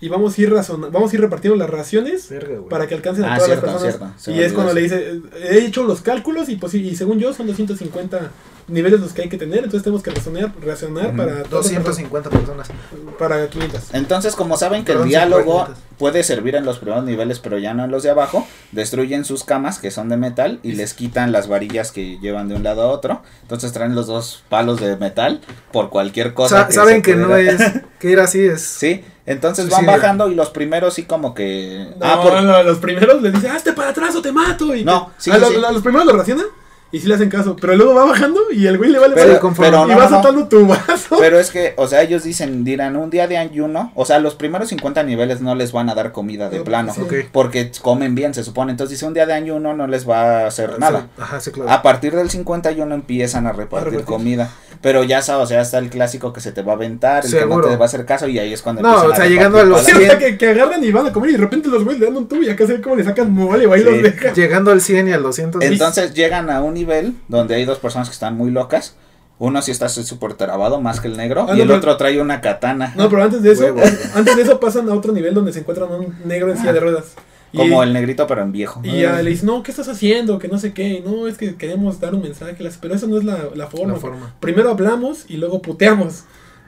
Speaker 2: y vamos a ir razona- vamos a ir repartiendo las raciones
Speaker 3: Verga, güey.
Speaker 2: para que alcancen a
Speaker 1: Ah,
Speaker 2: todas
Speaker 1: cierto,
Speaker 2: las personas.
Speaker 1: cierto. Se
Speaker 2: y
Speaker 1: me
Speaker 2: es cuando le
Speaker 1: olvidó
Speaker 2: dice, he hecho los cálculos y, posi- y según yo son 250 niveles los que hay que tener, entonces tenemos que razonar, racionar
Speaker 3: Ujú.
Speaker 2: para todas las
Speaker 3: 250 personas.
Speaker 2: personas- para 500.
Speaker 1: Entonces, como saben que el
Speaker 3: Perdón,
Speaker 1: diálogo
Speaker 3: 50.
Speaker 1: puede servir en los primeros niveles, pero ya no en los de abajo, destruyen sus camas que son de metal y les quitan las varillas que llevan de un lado a otro. Entonces traen los dos palos de metal por cualquier cosa.
Speaker 3: Sa- saben
Speaker 1: se
Speaker 3: que no
Speaker 1: pudiera-
Speaker 3: es *laughs* que ir así es.
Speaker 1: Sí, entonces van
Speaker 3: Suicidio.
Speaker 1: bajando y los primeros sí como que...
Speaker 2: No,
Speaker 1: ah, por-
Speaker 2: no, los primeros le dice, "Ah, hazte para atrás o te mato. Y
Speaker 1: No,
Speaker 2: que-
Speaker 1: sí,
Speaker 2: a
Speaker 1: sí,
Speaker 2: los,
Speaker 1: sí.
Speaker 2: a los primeros lo racionan y sí le hacen caso, pero luego va bajando y el güey le vale
Speaker 1: Pero-
Speaker 2: madre.
Speaker 3: conforme-
Speaker 1: pero
Speaker 2: y
Speaker 1: no,
Speaker 2: va
Speaker 1: no, no.
Speaker 2: soltando tu vaso.
Speaker 1: Pero es que, o sea, ellos dicen, dirán, un día de ayuno, o sea, los primeros 50 niveles no les van a dar comida de
Speaker 2: No,
Speaker 1: plano,
Speaker 2: sí.
Speaker 3: Ok.
Speaker 1: porque comen bien, se supone. Entonces dice, un día de ayuno no les va a
Speaker 2: Ah,
Speaker 1: hacer nada.
Speaker 3: Ajá, sí, claro.
Speaker 1: A partir del 51 empiezan a repartir,
Speaker 2: repartir.
Speaker 1: comida, pero ya sabes, o sea, está el clásico que se te va a aventar, el que no
Speaker 3: Seguro.
Speaker 1: te va a hacer caso y ahí es cuando
Speaker 3: No,
Speaker 1: empiezan
Speaker 3: o sea,
Speaker 1: repartir
Speaker 3: llegando a los
Speaker 2: Sí,
Speaker 1: palas.
Speaker 2: *laughs* o sea,
Speaker 3: 100.
Speaker 2: que, que agarran y van a comer y de repente los güeyes le dan un tubo y acá se ve cómo le sacan mole, güey, y los
Speaker 1: Sí.
Speaker 2: dejan.
Speaker 3: Llegando al 100 y al 200.
Speaker 1: Ah. Entonces llegan a un nivel donde hay dos personas que están muy locas. Uno sí está súper trabado, más que el negro,
Speaker 2: Ah,
Speaker 1: y
Speaker 2: no,
Speaker 1: el
Speaker 2: pero-
Speaker 1: otro trae una katana.
Speaker 2: No, pero antes de eso,
Speaker 3: Huevos, güey.
Speaker 2: antes de eso pasan a otro nivel donde se encuentran a un negro en silla de ruedas. Y,
Speaker 1: Como el negrito, pero en viejo.
Speaker 2: y ya le dicen, no, ¿qué estás haciendo? Que no sé qué. No, es que queremos dar un mensaje. las- Pero esa no es la, la forma.
Speaker 3: la forma.
Speaker 2: Primero hablamos y luego puteamos.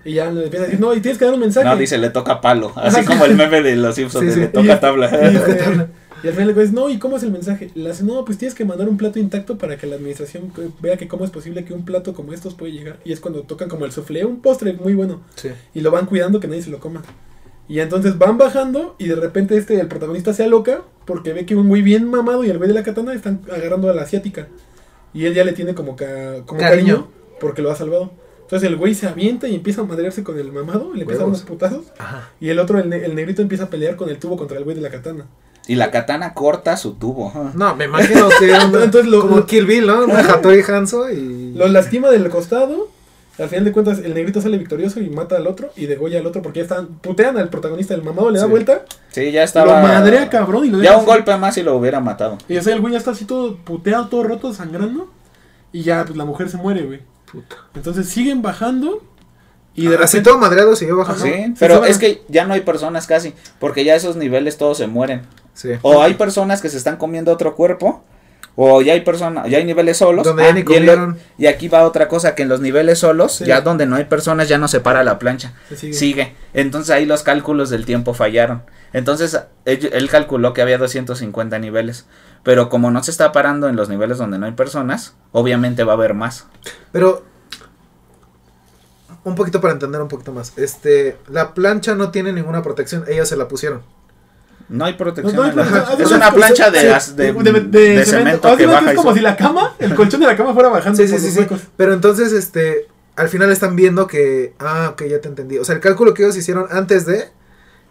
Speaker 2: Y ya le empieza a decir, no, y tienes que dar un mensaje.
Speaker 1: No, dice, le toca
Speaker 2: *laughs*
Speaker 1: palo. Así como el meme de los Simpsons,
Speaker 3: Sí,
Speaker 1: de
Speaker 3: sí.
Speaker 1: le
Speaker 2: Y-
Speaker 1: toca tabla.
Speaker 2: *laughs*
Speaker 3: *laughs*
Speaker 2: Y, este, y al final le dices, no, ¿y cómo es el mensaje? Le hace, no, pues tienes que mandar un plato intacto para que la administración vea que cómo es posible que un plato como estos puede llegar. Y es cuando tocan como el soufflé, un postre muy bueno.
Speaker 3: Sí.
Speaker 2: y lo van cuidando que nadie se lo coma. Y entonces van bajando y de repente este el protagonista se aloca porque ve que un güey bien mamado y el güey de la katana están agarrando a la asiática. Y él ya le tiene como, ca- como cariño.
Speaker 3: Cariño.
Speaker 2: porque lo ha salvado. Entonces el güey se avienta y empieza a madrearse con el mamado, le empieza a dar unos
Speaker 3: Huevos.
Speaker 2: putazos.
Speaker 3: Ajá.
Speaker 2: Y el otro, el, ne- el negrito, empieza a pelear con el tubo contra el güey de la katana.
Speaker 1: *laughs* Y la katana corta su tubo.
Speaker 3: No, me imagino que
Speaker 2: *laughs*
Speaker 3: una-
Speaker 2: Entonces lo-
Speaker 3: como
Speaker 2: lo-
Speaker 3: Kill Bill, ¿no? Una Hattori Hanzo y
Speaker 2: Lo lastima del costado. Al final de cuentas, el negrito sale victorioso y mata al otro y degolla al otro porque ya están. Putean al protagonista, el mamado le da
Speaker 3: Sí.
Speaker 2: vuelta,
Speaker 1: Sí, ya estaba.
Speaker 2: lo madrea cabrón y lo deja
Speaker 1: Ya un
Speaker 2: así.
Speaker 1: golpe más y lo hubiera matado.
Speaker 2: Y o sea, el güey ya está así todo puteado, todo roto, sangrando. Y ya, pues la mujer se muere, güey.
Speaker 3: puta.
Speaker 2: Entonces siguen bajando.
Speaker 3: Y
Speaker 2: Y
Speaker 1: Ah,
Speaker 2: de
Speaker 3: así
Speaker 2: repente.
Speaker 3: todo madreado siguió bajando.
Speaker 2: Ajá.
Speaker 1: Sí,
Speaker 2: Sí,
Speaker 1: pero
Speaker 2: saben.
Speaker 1: es que ya no hay personas casi, porque ya esos niveles todos se mueren.
Speaker 3: Sí.
Speaker 1: O hay personas que se están comiendo otro cuerpo. O ya hay personas, ya hay niveles solos.
Speaker 3: Donde
Speaker 1: Ah,
Speaker 3: ya ni
Speaker 1: y, en lo-
Speaker 3: comieron.
Speaker 1: y aquí va otra cosa, que en los niveles solos,
Speaker 2: Sí.
Speaker 1: ya donde no hay personas, ya no se para la plancha.
Speaker 2: se sigue.
Speaker 1: Sigue. Entonces ahí los cálculos del tiempo fallaron. Entonces él, él calculó que había 250 niveles. Pero como no se está parando en los niveles donde no hay personas, obviamente va a haber más.
Speaker 3: Pero un poquito para entender un poquito más. Este, la plancha no tiene ninguna protección, ellas se la pusieron.
Speaker 1: No hay protección.
Speaker 2: Pues No,
Speaker 1: en la
Speaker 2: no, no,
Speaker 1: plancha.
Speaker 2: no,
Speaker 1: es
Speaker 2: no,
Speaker 1: una
Speaker 2: no,
Speaker 1: plancha de,
Speaker 2: sí,
Speaker 1: as- de,
Speaker 2: de-
Speaker 1: de
Speaker 2: de
Speaker 1: cemento
Speaker 2: Haz de
Speaker 1: que
Speaker 2: cuenta,
Speaker 1: baja.
Speaker 2: Es
Speaker 1: y
Speaker 2: como
Speaker 1: sube.
Speaker 2: si la cama, el colchón de la cama fuera bajando.
Speaker 3: Sí, sí,
Speaker 2: por
Speaker 3: sí,
Speaker 2: los
Speaker 3: sí.
Speaker 2: huecos.
Speaker 3: Pero entonces este, al final están viendo que ah, ok, ya te entendí. O sea, el cálculo que ellos hicieron antes de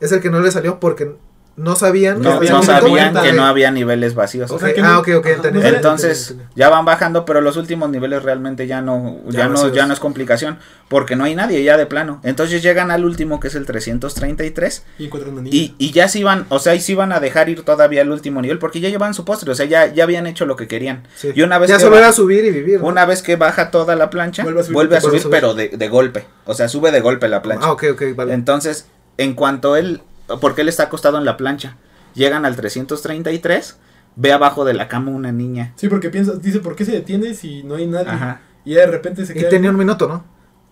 Speaker 3: es el que no les salió porque no sabían
Speaker 1: No,
Speaker 2: había
Speaker 1: no
Speaker 2: un
Speaker 1: sabían
Speaker 2: comentario.
Speaker 3: ¿eh?
Speaker 1: que no había niveles vacíos.
Speaker 2: O sea,
Speaker 3: Ok,
Speaker 2: que
Speaker 3: ah,
Speaker 2: no-
Speaker 3: ok, ok,
Speaker 2: ajá,
Speaker 3: entendí.
Speaker 2: no sé-
Speaker 1: Entonces
Speaker 3: entendí, entendí.
Speaker 1: ya van bajando, pero los últimos niveles realmente ya no, ya,
Speaker 3: Ya
Speaker 1: no,
Speaker 3: vacíos.
Speaker 1: ya no es complicación, porque no hay nadie ya de plano. Entonces llegan al último que es el 333
Speaker 2: Y encuentran una niña.
Speaker 1: y, y ya se iban, o sea, y se iban a dejar ir todavía al último nivel, porque ya llevan su postre, o sea, ya, ya habían hecho lo que querían.
Speaker 3: Sí.
Speaker 1: y una vez
Speaker 3: ya
Speaker 1: que
Speaker 3: solo
Speaker 1: va-
Speaker 3: era subir y vivir. ¿no?
Speaker 1: Una vez que baja toda la plancha, vuelve a subir,
Speaker 3: vuelve a subir.
Speaker 1: pero de, de golpe, o sea, sube de golpe la plancha.
Speaker 3: Ah, ok, ok, vale.
Speaker 1: Entonces, en cuanto él, porque él está acostado en la plancha, llegan al 333, ve abajo de la cama una niña.
Speaker 2: Sí, porque piensa, dice, ¿por qué se detiene si no hay nadie?
Speaker 1: Ajá.
Speaker 2: Y ya de repente se
Speaker 3: y
Speaker 2: queda.
Speaker 3: tenía un minuto, ¿no?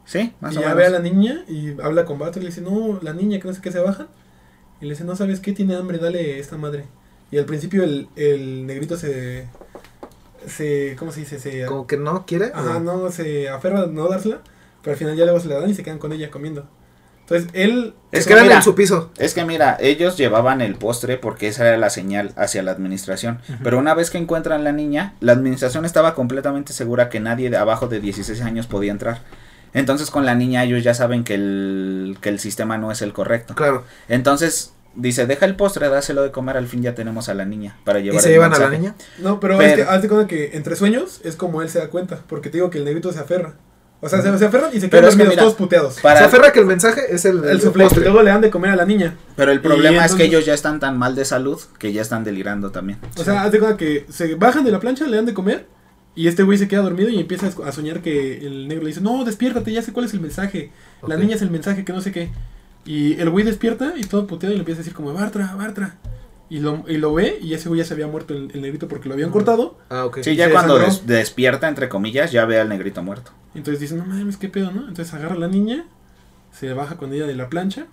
Speaker 1: Sí, más
Speaker 2: y
Speaker 1: o
Speaker 2: ya
Speaker 1: menos.
Speaker 2: ve a la niña y habla con Vato y le dice, no, la niña que no sé qué se baja. Y le dice, no sabes qué, tiene hambre, dale esta madre. Y al principio el, el negrito se, se, ¿cómo se dice? Se,
Speaker 3: Como que no quiere. eh,
Speaker 2: ajá,
Speaker 1: eh.
Speaker 3: o-
Speaker 2: no, se aferra a no dársela, pero al final ya luego se la dan y se quedan con ella comiendo. Entonces él...
Speaker 1: Es
Speaker 3: Es
Speaker 1: que
Speaker 3: que eran
Speaker 1: mira.
Speaker 3: en su piso.
Speaker 1: Es que mira, ellos llevaban el postre porque esa era la señal hacia la administración. Pero una vez que encuentran la niña, la administración estaba completamente segura que nadie de abajo de 16 años podía entrar. Entonces con la niña ellos ya saben que el, que el sistema no es el correcto.
Speaker 3: Claro.
Speaker 1: Entonces dice, deja el postre, dáselo de comer, al fin ya tenemos a la niña para llevar
Speaker 3: ¿Y se
Speaker 1: el
Speaker 3: llevan a la
Speaker 1: mensaje".
Speaker 3: niña?
Speaker 2: No, pero,
Speaker 1: Pero-
Speaker 2: es que haz de cuenta que entre sueños es como él se da cuenta, porque te digo que el negrito se aferra. O sea, se, se aferran y se
Speaker 1: Pero
Speaker 2: quedan
Speaker 1: es que
Speaker 2: dormidos,
Speaker 1: mira,
Speaker 2: todos puteados.
Speaker 1: Para-
Speaker 3: Se aferra que el mensaje es el,
Speaker 2: El
Speaker 3: el
Speaker 2: soufflé,
Speaker 3: postre.
Speaker 2: luego le dan de comer a la niña.
Speaker 1: Pero el
Speaker 2: Y
Speaker 1: problema es que
Speaker 2: entonces-
Speaker 1: ellos ya están tan mal de salud que ya están delirando también.
Speaker 2: O sea, haz de cuenta que se bajan de la plancha, le dan de comer. Y este güey se queda dormido y empieza a soñar que el negro le dice: No, despiértate, ya sé cuál es el mensaje. La
Speaker 3: Ok.
Speaker 2: niña es el mensaje, que no sé qué. Y el güey despierta y todo puteado y le empieza a decir como, Bartra, Bartra. Y lo, y lo ve y ese güey ya se había muerto el, el negrito porque lo habían cortado.
Speaker 3: Ah, ok.
Speaker 1: Sí, ya
Speaker 2: se
Speaker 1: cuando
Speaker 2: desangró.
Speaker 1: des- despierta, entre comillas, ya ve al negrito muerto.
Speaker 2: Entonces dice, no mames, qué pedo, ¿no? Entonces agarra a la niña, se baja con ella de la plancha.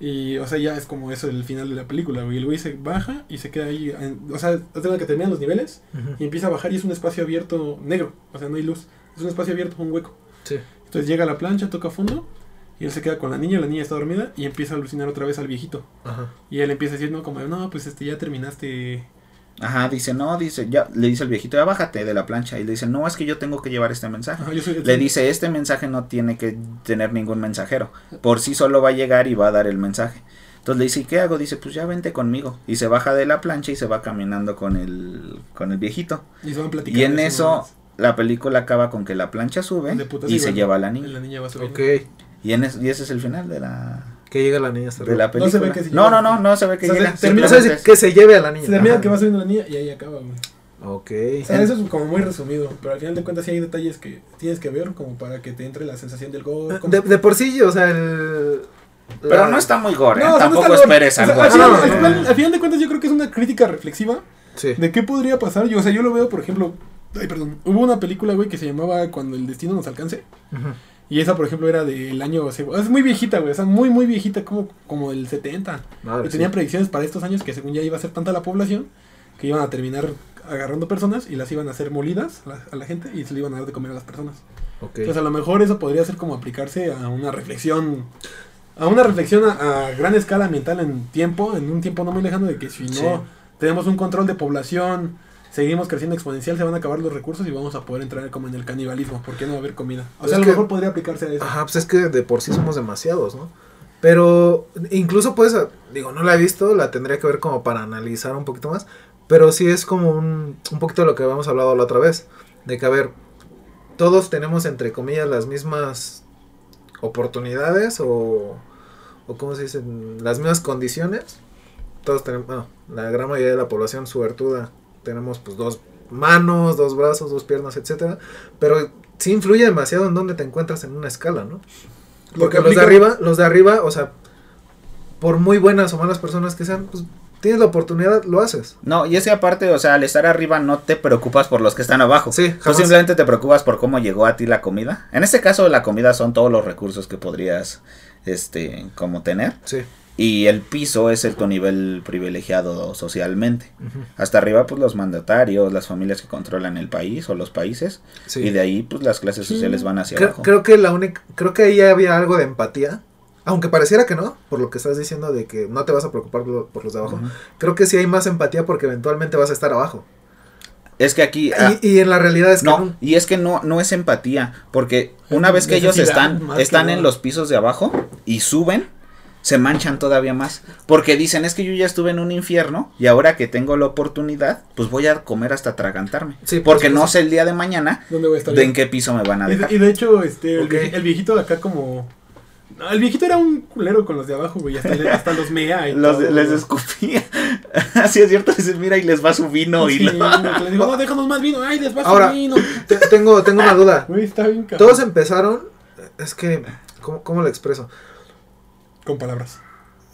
Speaker 2: Y, o sea, ya es como eso el final de la película, güey. El güey se baja y se queda ahí. en- o sea, haz de cuenta que terminan los niveles
Speaker 3: Ujú.
Speaker 2: y empieza a bajar y es un espacio abierto negro. O sea, no hay luz. Es un espacio abierto, un hueco.
Speaker 3: Sí.
Speaker 2: Entonces llega a la plancha, toca a fondo y él se queda con la niña, la niña está dormida y empieza a alucinar otra vez al viejito.
Speaker 3: Ajá.
Speaker 2: Y él empieza diciendo como, no, pues este ya terminaste.
Speaker 1: Ajá, dice, no, dice, ya, le dice el viejito, ya bájate de la plancha. Y le dice, no, es que yo tengo que llevar este mensaje.
Speaker 2: Ajá, yo soy-
Speaker 1: Le dice, este mensaje no tiene que tener ningún mensajero. Por sí solo va a llegar y va a dar el mensaje. Entonces le dice, ¿y qué hago? Dice, pues ya vente conmigo. Y se baja de la plancha y se va caminando con el, con el viejito.
Speaker 2: Y se van platicando.
Speaker 1: Y en
Speaker 2: así,
Speaker 1: eso, la película acaba con que la plancha sube
Speaker 2: De putas
Speaker 1: y
Speaker 2: y
Speaker 1: se
Speaker 2: van-
Speaker 1: lleva a la
Speaker 2: ¿no?
Speaker 1: niña.
Speaker 2: La niña va subiendo.
Speaker 3: Ok.
Speaker 1: Y, en es- y ese es el final de la,
Speaker 3: Que llega la niña hasta
Speaker 1: de la
Speaker 3: arriba.
Speaker 2: No se ve
Speaker 1: película.
Speaker 2: que se
Speaker 1: No,
Speaker 2: lleva.
Speaker 1: no, no, no se ve que
Speaker 2: O sea,
Speaker 1: llega.
Speaker 2: se termina-
Speaker 3: O
Speaker 1: simplemente
Speaker 3: sea,
Speaker 1: es-
Speaker 3: que se lleve a la niña.
Speaker 2: Se termina
Speaker 1: Ajá.
Speaker 2: que va subiendo la niña y ahí acaba, güey.
Speaker 3: Ok.
Speaker 2: O sea, eso es como muy resumido, pero al final de cuentas sí hay detalles que tienes que ver como para que te entre la sensación del gol. como-
Speaker 3: De, de por sí, o sea, el.
Speaker 1: Pero
Speaker 3: la-
Speaker 1: no está muy gore, ¿eh?
Speaker 2: No, o sea, no
Speaker 1: tampoco
Speaker 2: está-
Speaker 1: esperes
Speaker 2: o sea,
Speaker 1: algo
Speaker 2: al
Speaker 1: así.
Speaker 2: final-
Speaker 3: No, no,
Speaker 2: al
Speaker 3: no.
Speaker 2: final- Al final de cuentas yo creo que es una crítica reflexiva
Speaker 3: Sí.
Speaker 2: ¿De qué podría pasar? Yo, o sea, yo lo veo, por ejemplo. Ay, perdón. Hubo una película, güey, que se llamaba Cuando el destino nos alcance.
Speaker 3: Ujú.
Speaker 2: Y esa, por ejemplo, era del año. o sea, Es muy viejita, güey. O sea, muy, muy viejita, como, como del 70.
Speaker 3: Madre,
Speaker 2: Y tenían
Speaker 3: Ah, sí.
Speaker 2: predicciones para estos años que, según ya iba a ser tanta la población, que iban a terminar agarrando personas y las iban a hacer molidas a la, a la gente y se le iban a dar de comer a las personas.
Speaker 3: Ok.
Speaker 2: Entonces, a lo mejor eso podría ser como aplicarse a una reflexión. A una reflexión a, a gran escala ambiental en tiempo, en un tiempo no muy lejano, de que si no
Speaker 3: Sí.
Speaker 2: tenemos un control de población, seguimos creciendo exponencial, se van a acabar los recursos y vamos a poder entrar como en el canibalismo, porque no va a haber comida. O
Speaker 3: Es
Speaker 2: sea, a lo
Speaker 3: que-
Speaker 2: mejor podría aplicarse a eso.
Speaker 3: Ajá, pues es que de por sí somos demasiados, ¿no? Pero incluso pues, digo, no la he visto, la tendría que ver como para analizar un poquito más, pero sí es como un, un poquito de lo que habíamos hablado la otra vez, de que a ver, todos tenemos entre comillas las mismas oportunidades o, o ¿cómo se dicen? Las mismas condiciones, todos tenemos, bueno, la gran mayoría de la población suertuda, tenemos pues dos manos, dos brazos, dos piernas, etcétera, pero sí influye demasiado en dónde te encuentras en una escala, ¿no?
Speaker 2: Lo
Speaker 3: Porque
Speaker 2: que
Speaker 3: los
Speaker 2: aplica-
Speaker 3: de arriba, los de arriba, o sea, por muy buenas o malas personas que sean, pues tienes la oportunidad, lo haces.
Speaker 1: No, y es que aparte, o sea, al estar arriba no te preocupas por los que están abajo.
Speaker 3: Sí,
Speaker 1: Tú
Speaker 3: jamás.
Speaker 1: simplemente te preocupas por cómo llegó a ti la comida. En este caso, la comida son todos los recursos que podrías, este, como tener.
Speaker 3: Sí.
Speaker 1: Y el piso es el, tu nivel privilegiado socialmente. Hasta arriba, pues los mandatarios, las familias que controlan el país o los países.
Speaker 3: Sí.
Speaker 1: Y de ahí, pues las clases
Speaker 2: Sí.
Speaker 1: sociales van hacia
Speaker 3: creo,
Speaker 1: abajo.
Speaker 3: creo que la única, creo que ahí había algo de empatía, aunque pareciera que no, por lo que estás diciendo de que no te vas a preocupar lo- por los de abajo.
Speaker 1: Ujú.
Speaker 3: Creo que sí hay más empatía porque eventualmente vas a estar abajo.
Speaker 1: Es que aquí. ah,
Speaker 3: Y, y en la realidad es que
Speaker 1: no,
Speaker 3: nun-
Speaker 1: y es que no, no es empatía, porque
Speaker 2: Es
Speaker 1: una vez que ellos
Speaker 2: necesidad,
Speaker 1: están,
Speaker 2: más que
Speaker 1: están
Speaker 2: nada.
Speaker 1: en los pisos de abajo y suben, se manchan todavía más. Porque dicen, es que yo ya estuve en un infierno y ahora que tengo la oportunidad, pues voy a comer hasta atragantarme.
Speaker 3: Sí, por
Speaker 1: porque no
Speaker 3: supuesto.
Speaker 1: sé el día de mañana
Speaker 2: ¿Dónde voy a estar?
Speaker 1: de en qué piso me van a
Speaker 2: Y de-
Speaker 1: dejar.
Speaker 2: Y, de hecho, este, el,
Speaker 3: Ok.
Speaker 2: vieji- el viejito de acá como... No, El viejito era un culero con los de abajo, güey. Hasta, le- hasta los mea
Speaker 3: *laughs*
Speaker 2: y
Speaker 1: Los-
Speaker 2: todo,
Speaker 1: les *laughs*
Speaker 2: güey.
Speaker 1: escupía. Así es cierto, les mira y les va su vino y
Speaker 2: Sí,
Speaker 1: lo- *laughs*
Speaker 2: güey, que les digo, no, déjanos más vino. Ay, les va
Speaker 3: Ahora-
Speaker 2: su vino.
Speaker 3: te- tengo, tengo
Speaker 1: *laughs*
Speaker 3: una duda.
Speaker 2: Güey, está bien cabrón.
Speaker 3: Todos empezaron, es que, ¿cómo, cómo lo expreso?
Speaker 2: Con palabras.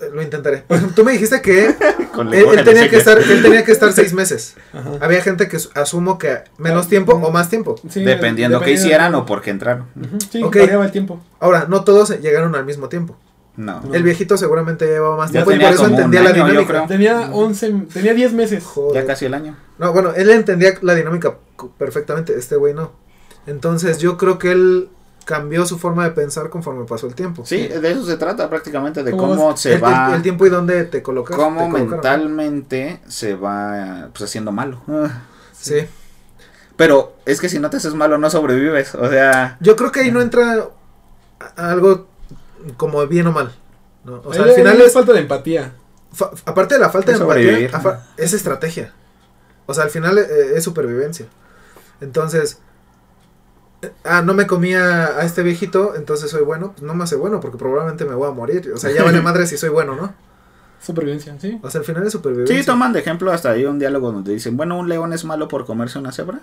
Speaker 3: Eh, Lo intentaré. Por ejemplo, Tú me dijiste que
Speaker 1: con
Speaker 3: Él,
Speaker 1: lenguaje
Speaker 3: él
Speaker 1: de
Speaker 3: tenía que
Speaker 1: señas.
Speaker 3: estar, él tenía que estar seis meses.
Speaker 2: Ajá.
Speaker 3: Había gente que su- asumo que menos tiempo o más tiempo.
Speaker 2: Sí,
Speaker 1: Dependiendo qué
Speaker 2: dependiendo.
Speaker 1: hicieran o por qué entraron.
Speaker 2: Ujú, Sí,
Speaker 3: Ok.
Speaker 2: variaba el tiempo.
Speaker 3: Ahora, no todos llegaron al mismo tiempo.
Speaker 1: No.
Speaker 2: No.
Speaker 3: El viejito seguramente llevaba más
Speaker 1: Ya
Speaker 3: tiempo y por
Speaker 1: tenía
Speaker 3: eso
Speaker 1: como un
Speaker 3: entendía la
Speaker 1: año, yo
Speaker 3: dinámica.
Speaker 2: Tenía 11, tenía 10 meses.
Speaker 1: Ya
Speaker 3: Joder.
Speaker 1: casi el año.
Speaker 3: No, bueno, él entendía la dinámica cu- perfectamente, este güey no. Entonces yo creo que él cambió su forma de pensar conforme pasó el tiempo.
Speaker 1: Sí, de eso se trata prácticamente, de
Speaker 2: ¿Cómo
Speaker 1: cómo,
Speaker 2: vas-
Speaker 1: se
Speaker 3: el,
Speaker 1: va...
Speaker 3: el- el tiempo y dónde te colocas.
Speaker 1: cómo
Speaker 3: te colocaron.
Speaker 1: mentalmente se va pues haciendo malo. Ah.
Speaker 3: Sí.
Speaker 1: Pero es que si no te haces malo no sobrevives, o sea,
Speaker 3: Yo creo que ahí no entra a- algo como bien o mal. ¿no? O sea,
Speaker 2: Ahí-
Speaker 3: al final
Speaker 2: ahí
Speaker 3: es
Speaker 2: falta de empatía.
Speaker 3: Fa- aparte de la falta
Speaker 1: Es
Speaker 3: de empatía,
Speaker 1: sobrevivir.
Speaker 3: afa- es estrategia. O sea, al final eh, es supervivencia. Entonces, eh, ah, no me comía a este viejito, entonces soy bueno. Pues no me hace bueno porque probablemente me voy a morir. O sea, ya vale madre si soy bueno, ¿no?
Speaker 2: Supervivencia, sí.
Speaker 3: O sea, al final es
Speaker 1: sí
Speaker 3: supervivencia.
Speaker 1: toman de ejemplo hasta ahí un diálogo donde dicen, bueno, un león es malo por comerse una cebra.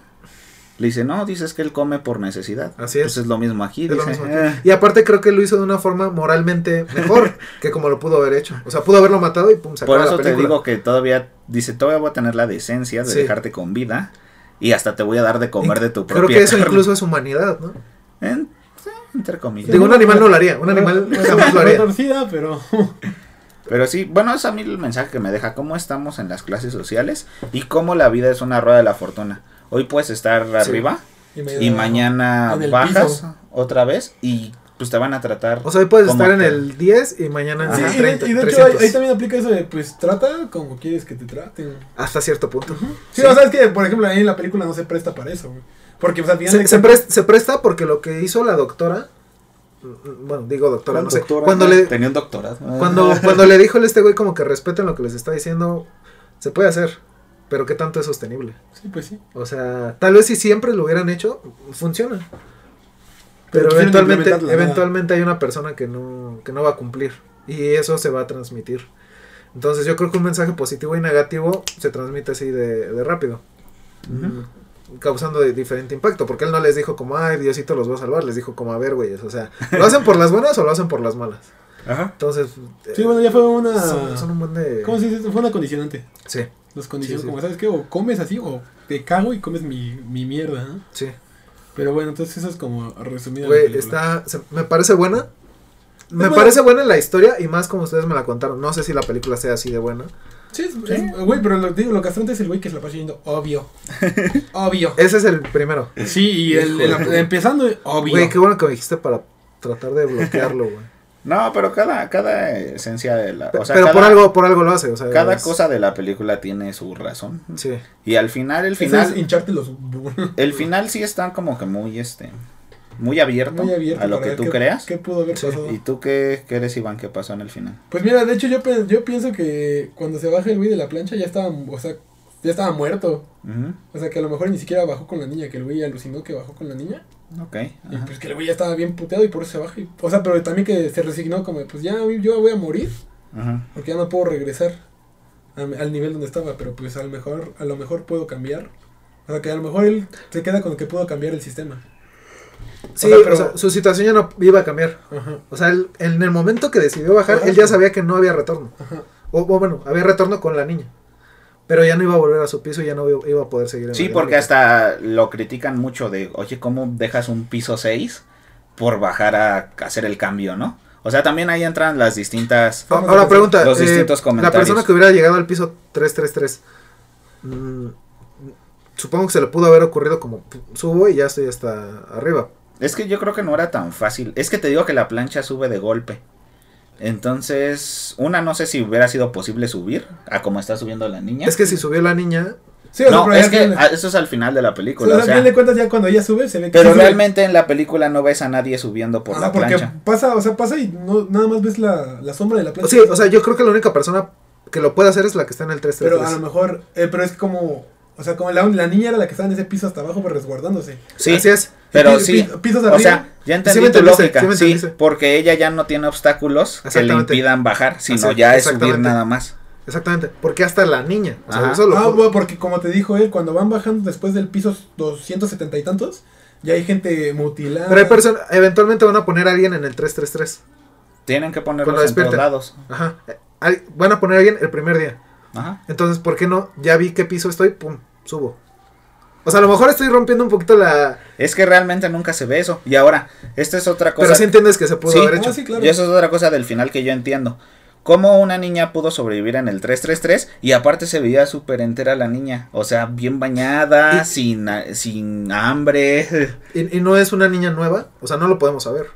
Speaker 1: Le dice, no, dices que él come por necesidad.
Speaker 3: Así es.
Speaker 1: Pues es lo mismo aquí.
Speaker 3: Es lo
Speaker 1: dice,
Speaker 3: mismo aquí.
Speaker 1: "Eh".
Speaker 3: Y aparte creo que lo hizo de una forma moralmente mejor que como lo pudo haber hecho. O sea, pudo haberlo matado y pum, se
Speaker 1: Por
Speaker 3: acaba
Speaker 1: eso
Speaker 3: la
Speaker 1: te
Speaker 3: película.
Speaker 1: digo que todavía, dice, todavía voy a tener la decencia de
Speaker 3: Sí.
Speaker 1: dejarte con vida y hasta te voy a dar de comer
Speaker 3: Y
Speaker 1: de tu propia
Speaker 3: Creo que eso
Speaker 1: carne".
Speaker 3: incluso es humanidad, ¿no?
Speaker 1: En- sí, entre comillas.
Speaker 3: Digo, un animal no lo haría, un animal
Speaker 2: Una-
Speaker 3: jamás lo
Speaker 2: una
Speaker 3: haría.
Speaker 2: torcida, pero. *laughs*
Speaker 1: Pero sí, bueno, es a mí el mensaje que me deja cómo estamos en las clases sociales y cómo la vida es una rueda de la fortuna. Hoy puedes estar arriba y mañana
Speaker 2: en el
Speaker 1: bajas
Speaker 2: piso.
Speaker 1: otra vez y pues te van a tratar.
Speaker 3: O sea, hoy puedes
Speaker 1: como
Speaker 3: estar en
Speaker 1: que-
Speaker 3: el 10 y mañana en
Speaker 2: Sí,
Speaker 3: el
Speaker 2: y de-
Speaker 3: 30,
Speaker 2: y de hecho ahí,
Speaker 3: 300,
Speaker 2: ahí también aplica eso de pues trata como quieres que te traten.
Speaker 3: Hasta cierto punto.
Speaker 2: Sí, o sea, es que por ejemplo ahí en la película no se presta para eso, güey. Porque pues, al final.
Speaker 3: Se,
Speaker 2: de
Speaker 3: se
Speaker 2: cuentas-
Speaker 3: pres- se presta porque lo que hizo la doctora, mm, bueno, digo doctora, no sé,
Speaker 1: Doctora,
Speaker 3: cuando
Speaker 1: ¿no?
Speaker 3: le,
Speaker 1: Tenía un doctorado.
Speaker 3: Cuando, *laughs* cuando le dijo este güey como que respeten lo que les está diciendo, se puede hacer, pero ¿qué tanto es sostenible?
Speaker 2: Sí, pues sí.
Speaker 3: O sea, tal vez si siempre lo hubieran hecho, funciona.
Speaker 2: Pero
Speaker 3: Pero,
Speaker 2: quisieron
Speaker 3: eventualmente,
Speaker 2: implementarla, ¿verdad?
Speaker 3: eventualmente hay una persona que no, que no va a cumplir y eso se va a transmitir. Entonces yo creo que un mensaje positivo y negativo se transmite así de, de rápido. mm, Causando de- diferente impacto, porque él no les dijo como, ay, Diosito los va a salvar, les dijo como, a ver, güeyes,
Speaker 2: *laughs*
Speaker 3: o sea, ¿lo hacen por las buenas o lo hacen por las malas?
Speaker 1: Ajá.
Speaker 3: Entonces,
Speaker 2: Sí,
Speaker 3: eh,
Speaker 2: bueno, ya fue una.
Speaker 3: son, son un buen de...
Speaker 2: ¿Cómo se dice? esto? Fue una condicionante.
Speaker 3: Sí,
Speaker 2: Los condicionó
Speaker 3: Sí, sí.
Speaker 2: como, ¿sabes qué? O comes así o te cago y comes mi, mi mierda, ¿no?
Speaker 3: sí.
Speaker 2: Pero bueno, entonces eso es como resumido.
Speaker 3: Güey, está. se- me parece buena. Me
Speaker 2: buena.
Speaker 3: parece buena la historia y más como ustedes me la contaron. No sé si la película sea así de buena.
Speaker 2: Sí, es- es- güey, pero lo, digo, lo castrante es el güey que se la pasa yendo obvio. obvio.
Speaker 3: Ese es el primero.
Speaker 2: Sí, y el, el-
Speaker 1: Híjole.
Speaker 2: empezando, obvio.
Speaker 3: Güey, qué bueno que me dijiste para tratar de bloquearlo, güey.
Speaker 1: No, pero cada, cada esencia de la.
Speaker 3: Pe-
Speaker 1: *laughs* o sea,
Speaker 3: Pero por
Speaker 1: cada-
Speaker 3: algo, por algo lo hace. O sea,
Speaker 1: Cada
Speaker 3: es-
Speaker 1: cosa de la película tiene su razón.
Speaker 3: Sí.
Speaker 1: Y al final, el
Speaker 2: Ese
Speaker 1: final.
Speaker 2: es hincharte los.
Speaker 1: El final sí está como que muy este muy abierto,
Speaker 2: Muy abierto.
Speaker 1: a lo
Speaker 2: para
Speaker 1: que
Speaker 2: ver
Speaker 1: tú
Speaker 2: qué-
Speaker 1: creas.
Speaker 2: ¿Qué pudo haber
Speaker 3: Sí.
Speaker 2: pasado?
Speaker 1: ¿Y tú qué, qué eres Iván qué pasó en el final?
Speaker 2: Pues mira, de hecho yo, pe- yo pienso que cuando se baja el güey de la plancha ya estaba, o sea, ya estaba muerto.
Speaker 1: Ujú,
Speaker 2: O sea, que a lo mejor ni siquiera bajó con la niña, que el güey alucinó que bajó con la niña.
Speaker 1: Ok.
Speaker 2: Y
Speaker 1: ajá.
Speaker 2: pues que el güey ya estaba bien puteado y por eso se baja. y- o sea, pero también que se resignó como, de, pues ya güey, yo voy a morir
Speaker 1: Ajá.
Speaker 2: porque ya no puedo regresar a- al nivel donde estaba, pero pues a lo mejor a lo mejor puedo cambiar. O sea, que a lo mejor él se queda con que pudo cambiar el sistema.
Speaker 3: Sí,
Speaker 2: sea,
Speaker 3: o
Speaker 2: pero-
Speaker 3: sea, su situación ya no iba a cambiar.
Speaker 2: Ajá.
Speaker 3: O sea, él- en el momento que decidió bajar, él ya sabía que no había retorno.
Speaker 2: Ajá.
Speaker 3: O, o bueno, había retorno con la niña. Pero ya no iba a volver a su piso y ya no iba a poder seguir. en
Speaker 1: Sí,
Speaker 3: la
Speaker 1: porque
Speaker 3: dinámica.
Speaker 1: hasta lo critican mucho de, oye, ¿cómo dejas un piso 6 por bajar a hacer el cambio, no? O sea, también ahí entran las distintas...
Speaker 2: Vamos a
Speaker 3: Ahora
Speaker 2: ver
Speaker 3: pregunta,
Speaker 1: los
Speaker 3: eh,
Speaker 1: distintos
Speaker 3: la
Speaker 1: comentarios.
Speaker 3: persona que hubiera llegado al piso 333, mm, supongo que se le pudo haber ocurrido como p- subo y ya estoy hasta arriba.
Speaker 1: Es que yo creo que no era tan fácil. Es que te digo que la plancha sube de golpe. Entonces, una, no sé si hubiera sido posible subir a como está subiendo la niña.
Speaker 3: Es que si subió la niña,
Speaker 2: Sí, o sea,
Speaker 1: no,
Speaker 2: pero
Speaker 1: es
Speaker 2: ya
Speaker 1: que
Speaker 2: tiene-
Speaker 1: a- eso es al final de la
Speaker 2: o sea,
Speaker 1: película. o
Speaker 2: a
Speaker 1: sea,
Speaker 2: fin de cuentas ya cuando ella sube se ve que
Speaker 1: Pero
Speaker 2: sí sube.
Speaker 1: realmente en la película no ves a nadie subiendo por
Speaker 2: Ajá,
Speaker 1: la
Speaker 2: porque
Speaker 1: plancha.
Speaker 2: pasa, o sea, pasa y no, nada más ves la, la sombra de la plancha.
Speaker 3: Pues sí, o sea, yo creo que la única persona que lo puede hacer es la que está en el
Speaker 2: Pero a lo
Speaker 3: 333.
Speaker 2: mejor, eh, pero es que como, o sea, como la, la niña era la que estaba en ese piso hasta abajo, pero resguardándose.
Speaker 1: Sí,
Speaker 3: Así es.
Speaker 1: pero
Speaker 2: Pi-
Speaker 1: sí.
Speaker 2: pi- pisos
Speaker 1: O
Speaker 2: arriba.
Speaker 1: sea, ya entendí
Speaker 3: Sí me
Speaker 1: tu
Speaker 3: entendiste,
Speaker 1: lógica,
Speaker 3: sí me
Speaker 1: sí,
Speaker 3: entendiste.
Speaker 1: porque ella ya no tiene obstáculos que le
Speaker 3: Exactamente.
Speaker 1: impidan bajar, sino
Speaker 3: Así-
Speaker 1: ya es subir
Speaker 3: exactamente.
Speaker 1: nada más.
Speaker 3: Exactamente. Porque hasta la niña. O sea,
Speaker 1: Ajá.
Speaker 3: eso lo
Speaker 2: ah,
Speaker 3: pudo-
Speaker 2: bueno, porque como te dijo él, cuando van bajando después del piso 270 y tantos, ya hay gente mutilada.
Speaker 3: Pero hay personas, eventualmente van a poner a alguien en el 333.
Speaker 1: Tienen que ponerlos
Speaker 3: Cuando
Speaker 1: en todos
Speaker 3: despierta.
Speaker 1: lados.
Speaker 3: Ajá. Eh, hay- Van a poner a alguien el primer día.
Speaker 1: Ajá.
Speaker 3: Entonces, ¿por qué no? Ya vi qué piso estoy, pum, subo. O sea, a lo mejor estoy rompiendo un poquito la...
Speaker 1: Es que realmente nunca se ve eso. Y ahora, esta es otra cosa.
Speaker 3: Pero sí entiendes que se pudo
Speaker 1: Sí.
Speaker 3: haber
Speaker 2: Ah,
Speaker 3: hecho.
Speaker 2: sí, claro.
Speaker 1: Y eso es otra cosa del final que yo entiendo. ¿Cómo una niña pudo sobrevivir en el 333? Y aparte se veía súper entera la niña. O sea, bien bañada,
Speaker 3: Y-
Speaker 1: sin, a- sin hambre. *laughs*
Speaker 3: Y, y no es una niña nueva, o sea, no lo podemos saber.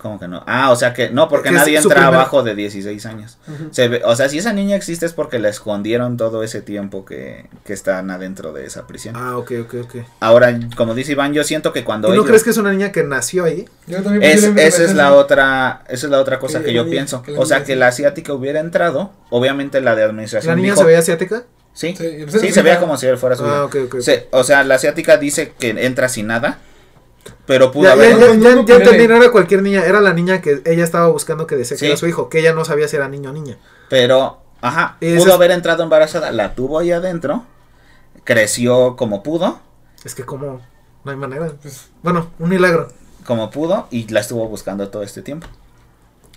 Speaker 1: ¿Cómo que no? Ah, o sea que no, porque
Speaker 3: Que es
Speaker 1: nadie
Speaker 3: su
Speaker 1: entra
Speaker 3: primer-
Speaker 1: abajo de 16 años.
Speaker 2: Ujú.
Speaker 1: Se ve- o sea, si esa niña existe es porque la escondieron todo ese tiempo que, que están adentro de esa prisión.
Speaker 3: Ah, ok, ok, ok.
Speaker 1: Ahora, como dice Iván, yo siento que cuando...
Speaker 3: ¿Y no
Speaker 1: ellos-
Speaker 3: crees que es una niña que nació ahí?
Speaker 2: Yo también
Speaker 1: Es-
Speaker 2: posiblemente
Speaker 1: esa es
Speaker 2: pensé
Speaker 1: la
Speaker 2: eso.
Speaker 1: otra esa es la otra cosa
Speaker 2: Que
Speaker 1: que
Speaker 2: la
Speaker 1: yo
Speaker 2: niña-
Speaker 1: pienso.
Speaker 2: que la
Speaker 1: O sea,
Speaker 2: niña-
Speaker 1: que la asiática hubiera entrado, obviamente la de administración
Speaker 3: ¿La niña
Speaker 1: dijo,
Speaker 3: se veía asiática?
Speaker 1: Sí,
Speaker 2: Sí,
Speaker 1: sí,
Speaker 2: pues, era
Speaker 1: se veía
Speaker 2: suya.
Speaker 1: como si él fuera suya.
Speaker 3: Ah, ok, ok.
Speaker 1: Se- o sea, la asiática dice que entra sin nada, pero pudo
Speaker 3: Ya, ya,
Speaker 1: haber.
Speaker 3: ya,
Speaker 2: No,
Speaker 3: ya,
Speaker 2: no, no,
Speaker 3: ya
Speaker 2: no,
Speaker 3: entendí,
Speaker 2: no.
Speaker 3: no era cualquier niña, era la niña que ella estaba buscando que decía
Speaker 1: Sí.
Speaker 3: que era su hijo, que ella no sabía si era niño o niña.
Speaker 1: Pero, ajá,
Speaker 3: Esa
Speaker 1: pudo
Speaker 3: es-
Speaker 1: haber entrado embarazada, la tuvo ahí adentro, creció como pudo
Speaker 3: Es que como no hay manera.
Speaker 2: Pues,
Speaker 3: Bueno, un milagro.
Speaker 1: como pudo y la estuvo buscando todo este tiempo.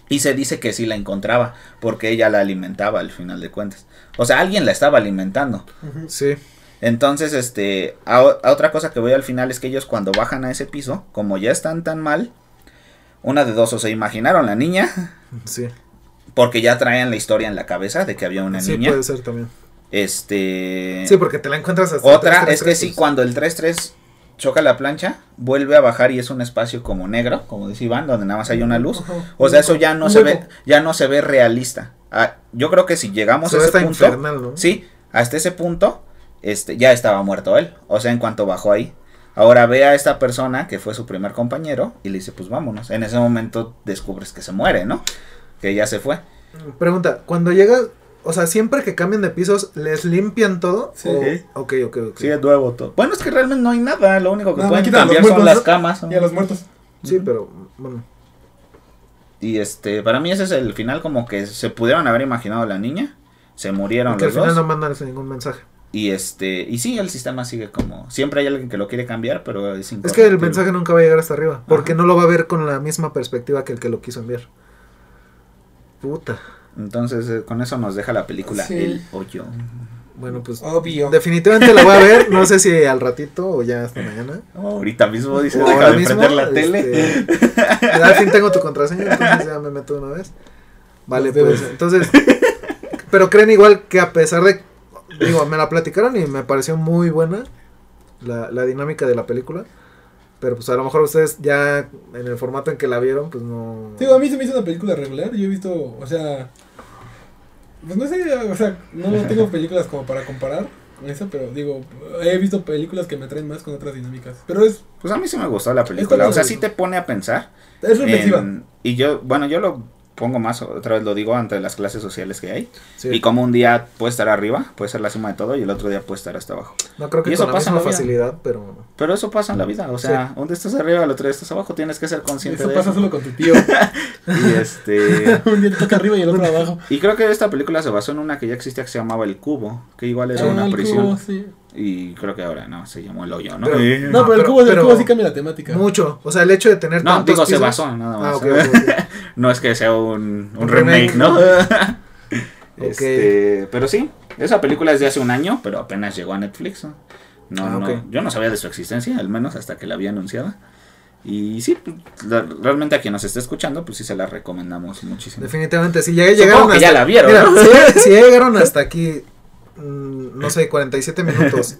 Speaker 1: Y se dice que sí la encontraba, porque ella la alimentaba al final de cuentas. O sea, alguien la estaba alimentando.
Speaker 2: ujú.
Speaker 3: Sí.
Speaker 1: Entonces, este, a, a otra cosa que veo al final es que ellos cuando bajan a ese piso, como ya están tan mal, una de dos o se imaginaron la niña, *laughs*
Speaker 3: Sí.
Speaker 1: porque ya traían la historia en la cabeza de que había una
Speaker 3: Sí,
Speaker 1: niña.
Speaker 3: puede ser también.
Speaker 1: Este,
Speaker 3: Sí, porque te la encuentras hasta
Speaker 1: otra
Speaker 3: tres,
Speaker 1: es que
Speaker 3: tres,
Speaker 1: sí,
Speaker 3: tres.
Speaker 1: cuando el 3-3 choca la plancha, vuelve a bajar y es un espacio como negro, como dice Iván, donde nada más hay una luz.
Speaker 2: Ajá.
Speaker 1: O sea, eso ya no
Speaker 3: Un
Speaker 1: se
Speaker 3: hueco.
Speaker 1: ve, ya no se ve realista. Ah, yo creo que si llegamos
Speaker 3: Se
Speaker 1: a
Speaker 3: ve
Speaker 1: ese
Speaker 3: hasta
Speaker 1: punto,
Speaker 3: infernal, ¿no?
Speaker 1: sí, hasta ese punto, este, ya estaba muerto él. O sea, en cuanto bajó ahí. Ahora ve a esta persona que fue su primer compañero y le dice, pues vámonos. En ese momento descubres que se muere, ¿no? Que ya se fue.
Speaker 3: Pregunta, cuando llegas, o sea, siempre que cambian de pisos, ¿les limpian todo?
Speaker 2: Sí.
Speaker 3: O- ok, ok, ok.
Speaker 1: Sí, es nuevo todo. Bueno, es que realmente no hay nada. Lo único que
Speaker 2: Nada,
Speaker 1: pueden
Speaker 2: quitan a los
Speaker 1: cambiar son
Speaker 2: muertos,
Speaker 1: las camas. ¿no?
Speaker 2: Y a los muertos.
Speaker 3: Sí, pero bueno.
Speaker 1: Y este, para mí ese es el final como que se pudieron haber imaginado la niña. Se murieron
Speaker 3: Porque al
Speaker 1: los
Speaker 3: final
Speaker 1: dos.
Speaker 3: no mandan ningún mensaje.
Speaker 1: Y este, y sí, el sistema sigue como. Siempre hay alguien que lo quiere cambiar, pero es
Speaker 3: Es que el
Speaker 1: incorruptible.
Speaker 3: mensaje nunca va a llegar hasta arriba. Porque no lo va a ver con la misma perspectiva que el que lo quiso enviar. Puta.
Speaker 1: Entonces, eh, con eso nos deja la película
Speaker 2: Sí.
Speaker 1: El Hoyo.
Speaker 3: Bueno, pues.
Speaker 1: Oh.
Speaker 2: Obvio.
Speaker 3: Definitivamente la voy a ver. No sé si al ratito o ya
Speaker 1: *laughs*
Speaker 3: hasta mañana.
Speaker 1: ahorita mismo dice,
Speaker 3: O
Speaker 1: deja
Speaker 3: ahora
Speaker 1: de
Speaker 3: mismo,
Speaker 1: prender la
Speaker 3: este,
Speaker 1: tele.
Speaker 3: ya Al fin tengo tu contraseña, entonces ya me meto de una vez. Vale,
Speaker 2: Nos vemos.
Speaker 3: pues entonces. Pero creen igual que a pesar de. Digo, me la platicaron y me pareció muy buena la, la dinámica de la película. Pero pues a lo mejor ustedes ya en el formato en que la vieron, pues no.
Speaker 2: Digo, a mí se me hizo una película regular. Yo he visto, o sea. Pues no sé, o sea, no tengo películas como para comparar con eso, pero digo, he visto películas que me atraen más con otras dinámicas. Pero es,
Speaker 1: Pues a mí sí me gustó la película.
Speaker 2: bien,
Speaker 1: O sea,
Speaker 2: güey.
Speaker 1: sí te pone a pensar.
Speaker 2: es reflexiva.
Speaker 1: en- y yo, bueno, yo lo pongo más, otra vez lo digo, ante las clases sociales que hay.
Speaker 3: Sí,
Speaker 1: Y como un día puede estar arriba, puede ser la suma de todo, y el otro día puede estar hasta abajo.
Speaker 3: no creo
Speaker 1: y
Speaker 3: que
Speaker 1: eso
Speaker 3: con la
Speaker 1: pasa en
Speaker 3: misma
Speaker 1: la vida.
Speaker 3: facilidad, pero.
Speaker 1: Pero eso pasa en la vida. O sea, un día estás arriba, el otro día estás abajo. Tienes que ser consciente
Speaker 2: Eso
Speaker 1: de
Speaker 2: pasa
Speaker 1: eso.
Speaker 2: solo con tu tío.
Speaker 1: Y este.
Speaker 2: *laughs* Un día le toca arriba y
Speaker 3: *laughs*
Speaker 2: el otro abajo.
Speaker 1: Y creo que esta película se basó en una que ya existía que se llamaba El Cubo, que igual era
Speaker 2: Ah,
Speaker 1: una
Speaker 2: el
Speaker 1: prisión.
Speaker 2: cubo, sí.
Speaker 1: Y creo que ahora no, se llamó El Hoyo, ¿no?
Speaker 3: Pero-
Speaker 1: Eh.
Speaker 2: No,
Speaker 3: No,
Speaker 2: pero el
Speaker 3: pero-
Speaker 2: cubo, el
Speaker 3: pero-
Speaker 2: cubo sí cambia la temática.
Speaker 3: Mucho. O sea, el hecho de tener.
Speaker 1: No,
Speaker 3: tantos
Speaker 1: digo, se
Speaker 3: pisos-
Speaker 1: basó nada más. ¿eh?
Speaker 3: Ah, ok,
Speaker 1: *laughs*
Speaker 3: ok, ok.
Speaker 1: No es que sea un, un
Speaker 3: Un
Speaker 1: remake,
Speaker 3: remake,
Speaker 1: ¿no?
Speaker 3: ¿no?
Speaker 1: *laughs* Este, pero sí, esa película es de hace un año, pero apenas llegó a Netflix. No, no,
Speaker 3: Ah,
Speaker 1: no,
Speaker 3: ok.
Speaker 1: yo no sabía de su existencia, al menos hasta que la había anunciada. Y sí, pues, la- realmente a quien nos esté escuchando, pues sí se la recomendamos muchísimo.
Speaker 3: Definitivamente, si ya
Speaker 1: Supongo
Speaker 3: llegaron
Speaker 1: que ya la vieron,
Speaker 3: Mira,
Speaker 1: ¿no? *laughs*
Speaker 3: si, si ya llegaron hasta aquí, mm, no sé, 47 minutos.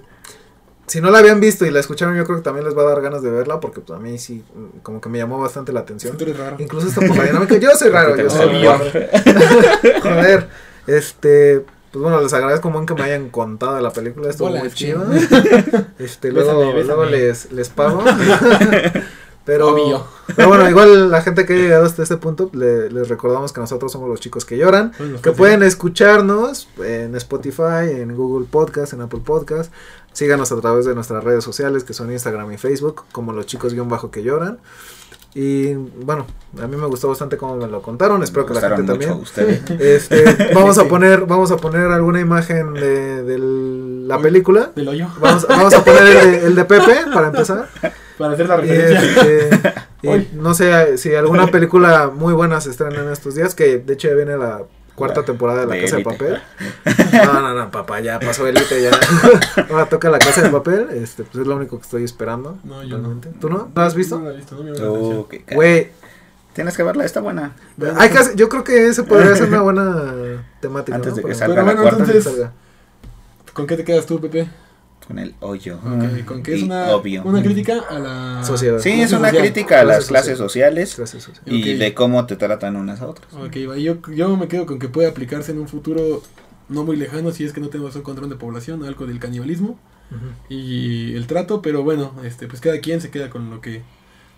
Speaker 3: Si no la habían visto y la escucharon, yo creo que también les va a dar ganas de verla, porque pues, a mí sí, mm, como que me llamó bastante la
Speaker 2: Es que
Speaker 3: atención.
Speaker 2: tú eres raro.
Speaker 3: Incluso hasta por la dinámica. Yo soy raro,
Speaker 1: Porque te
Speaker 3: yo
Speaker 1: gusta
Speaker 3: soy
Speaker 1: el
Speaker 3: raro.
Speaker 2: Obvio.
Speaker 1: horror.
Speaker 3: *laughs* Joder, este, pues bueno, les agradezco mucho que me hayan contado de la película, estuvo
Speaker 2: Hola,
Speaker 3: muy
Speaker 2: sí. *laughs*
Speaker 3: chiva. Este,
Speaker 2: Bésame,
Speaker 3: luego,
Speaker 2: bésame.
Speaker 3: luego les,
Speaker 2: *laughs*
Speaker 3: les pago. Pero,
Speaker 2: Obvio.
Speaker 3: pero bueno, igual la gente que ha llegado hasta este punto, le- les recordamos que nosotros somos los chicos que lloran.
Speaker 2: Bueno,
Speaker 3: Que
Speaker 2: pues,
Speaker 3: pueden escucharnos en Spotify, en Google Podcast, en Apple Podcast. Síganos a través de nuestras redes sociales, que son Instagram y Facebook, como los chicos guión bajo que lloran. Y bueno, a mí me gustó bastante cómo me lo contaron. Espero que la
Speaker 1: Gustaron
Speaker 3: gente
Speaker 1: mucho
Speaker 3: también.
Speaker 1: ustedes.
Speaker 3: Este, vamos a
Speaker 2: Sí.
Speaker 3: poner, vamos a poner alguna imagen de, de la
Speaker 2: Uy.
Speaker 3: película.
Speaker 2: *laughs* Del hoyo.
Speaker 3: Vamos, vamos a poner el de, el de Pepe para empezar.
Speaker 2: Para hacer la
Speaker 3: Y,
Speaker 2: referencia.
Speaker 1: *laughs*
Speaker 3: este, y
Speaker 2: Uy.
Speaker 3: no sé si alguna película muy buena se estrena en estos días, que de hecho ya viene la cuarta temporada de La
Speaker 1: De
Speaker 3: Casa de
Speaker 1: Élite.
Speaker 3: Papel.
Speaker 1: *laughs*
Speaker 3: No, no, no, papá, ya pasó Elite, ya. Ahora toca La Casa de Papel, este, pues es lo único que estoy esperando.
Speaker 2: *laughs* No, yo
Speaker 3: realmente. ¿Tú no? ¿No has visto?
Speaker 2: No la he visto, no me llama la
Speaker 3: *laughs*
Speaker 2: atención.
Speaker 1: Oh, qué ca-
Speaker 3: Güey,
Speaker 1: Tienes que verla, está buena.
Speaker 2: Vean,
Speaker 3: hay que hacer- yo creo que ese podría
Speaker 1: *laughs*
Speaker 3: ser una buena temática.
Speaker 1: Antes
Speaker 3: ¿no?
Speaker 1: de que
Speaker 3: Para-
Speaker 1: salga
Speaker 2: Pero
Speaker 1: la
Speaker 2: bueno,
Speaker 1: cuarta.
Speaker 2: entonces-
Speaker 3: salga.
Speaker 2: ¿Con qué te quedas tú, Pepe?
Speaker 1: Con el hoyo.
Speaker 2: Ok, Ah, ¿Con qué es
Speaker 1: Y
Speaker 2: una,
Speaker 1: obvio.
Speaker 2: una crítica a la
Speaker 3: Ah, Sociedad.
Speaker 1: Sí, es
Speaker 2: Clase
Speaker 1: una
Speaker 2: social.
Speaker 1: crítica a las
Speaker 3: Clases
Speaker 1: clases sociales
Speaker 3: Gracias, socio.
Speaker 1: y
Speaker 2: Ok.
Speaker 1: de cómo te tratan unas a otras.
Speaker 2: Ok, va, yo, yo me quedo con que puede aplicarse en un futuro no muy lejano si es que no tenemos un control de población, algo del canibalismo
Speaker 3: Ujú.
Speaker 2: y el trato, pero bueno, este pues cada quien se queda con lo que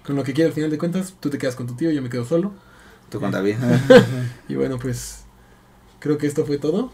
Speaker 2: con lo que quiere al final de cuentas, tú te quedas con tu tío, yo me quedo solo.
Speaker 1: Tú con David. *laughs*
Speaker 2: Y bueno, pues creo que esto fue todo.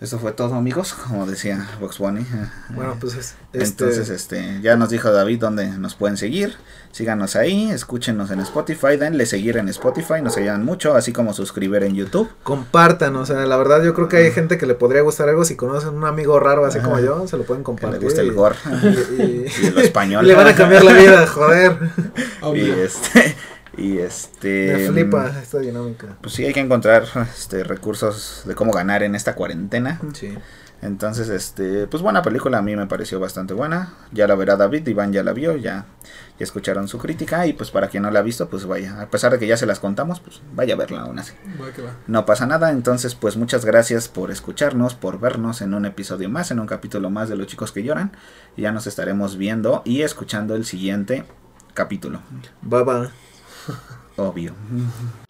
Speaker 1: Eso fue todo, amigos, como decía Vox Bunny.
Speaker 3: Bueno, pues es- este,
Speaker 1: Entonces, este, ya nos dijo David dónde nos pueden seguir. Síganos ahí, escúchenos en Spotify, denle seguir en Spotify, nos ayudan mucho, así como suscribir en YouTube.
Speaker 3: compartan, o sea, la verdad yo creo que hay gente que le podría gustar algo, si conocen un amigo raro así como yo, se lo pueden
Speaker 1: Que le
Speaker 3: compartir.
Speaker 1: gusta el
Speaker 3: y-
Speaker 1: gore
Speaker 3: *laughs* y- y-
Speaker 1: *laughs* y el español.
Speaker 3: y le van a cambiar la vida, joder.
Speaker 1: *laughs* Y
Speaker 2: Obvio.
Speaker 1: este, y este. *laughs*
Speaker 3: Me flipa esta dinámica.
Speaker 1: Pues sí, hay que encontrar este, recursos de cómo ganar en esta cuarentena.
Speaker 3: Sí.
Speaker 1: Entonces, este, pues buena película, a mí me pareció bastante buena. Ya la verá David, Iván ya la vio, ya, ya escucharon su crítica. Y pues para quien no la ha visto, pues vaya, a pesar de que ya se las contamos, pues vaya a verla aún así.
Speaker 2: Va que va.
Speaker 1: No pasa nada, entonces pues muchas gracias por escucharnos, por vernos en un episodio más, en un capítulo más de Los Chicos que Lloran. Y ya nos estaremos viendo y escuchando el siguiente capítulo,
Speaker 3: Bye bye.
Speaker 1: obvio.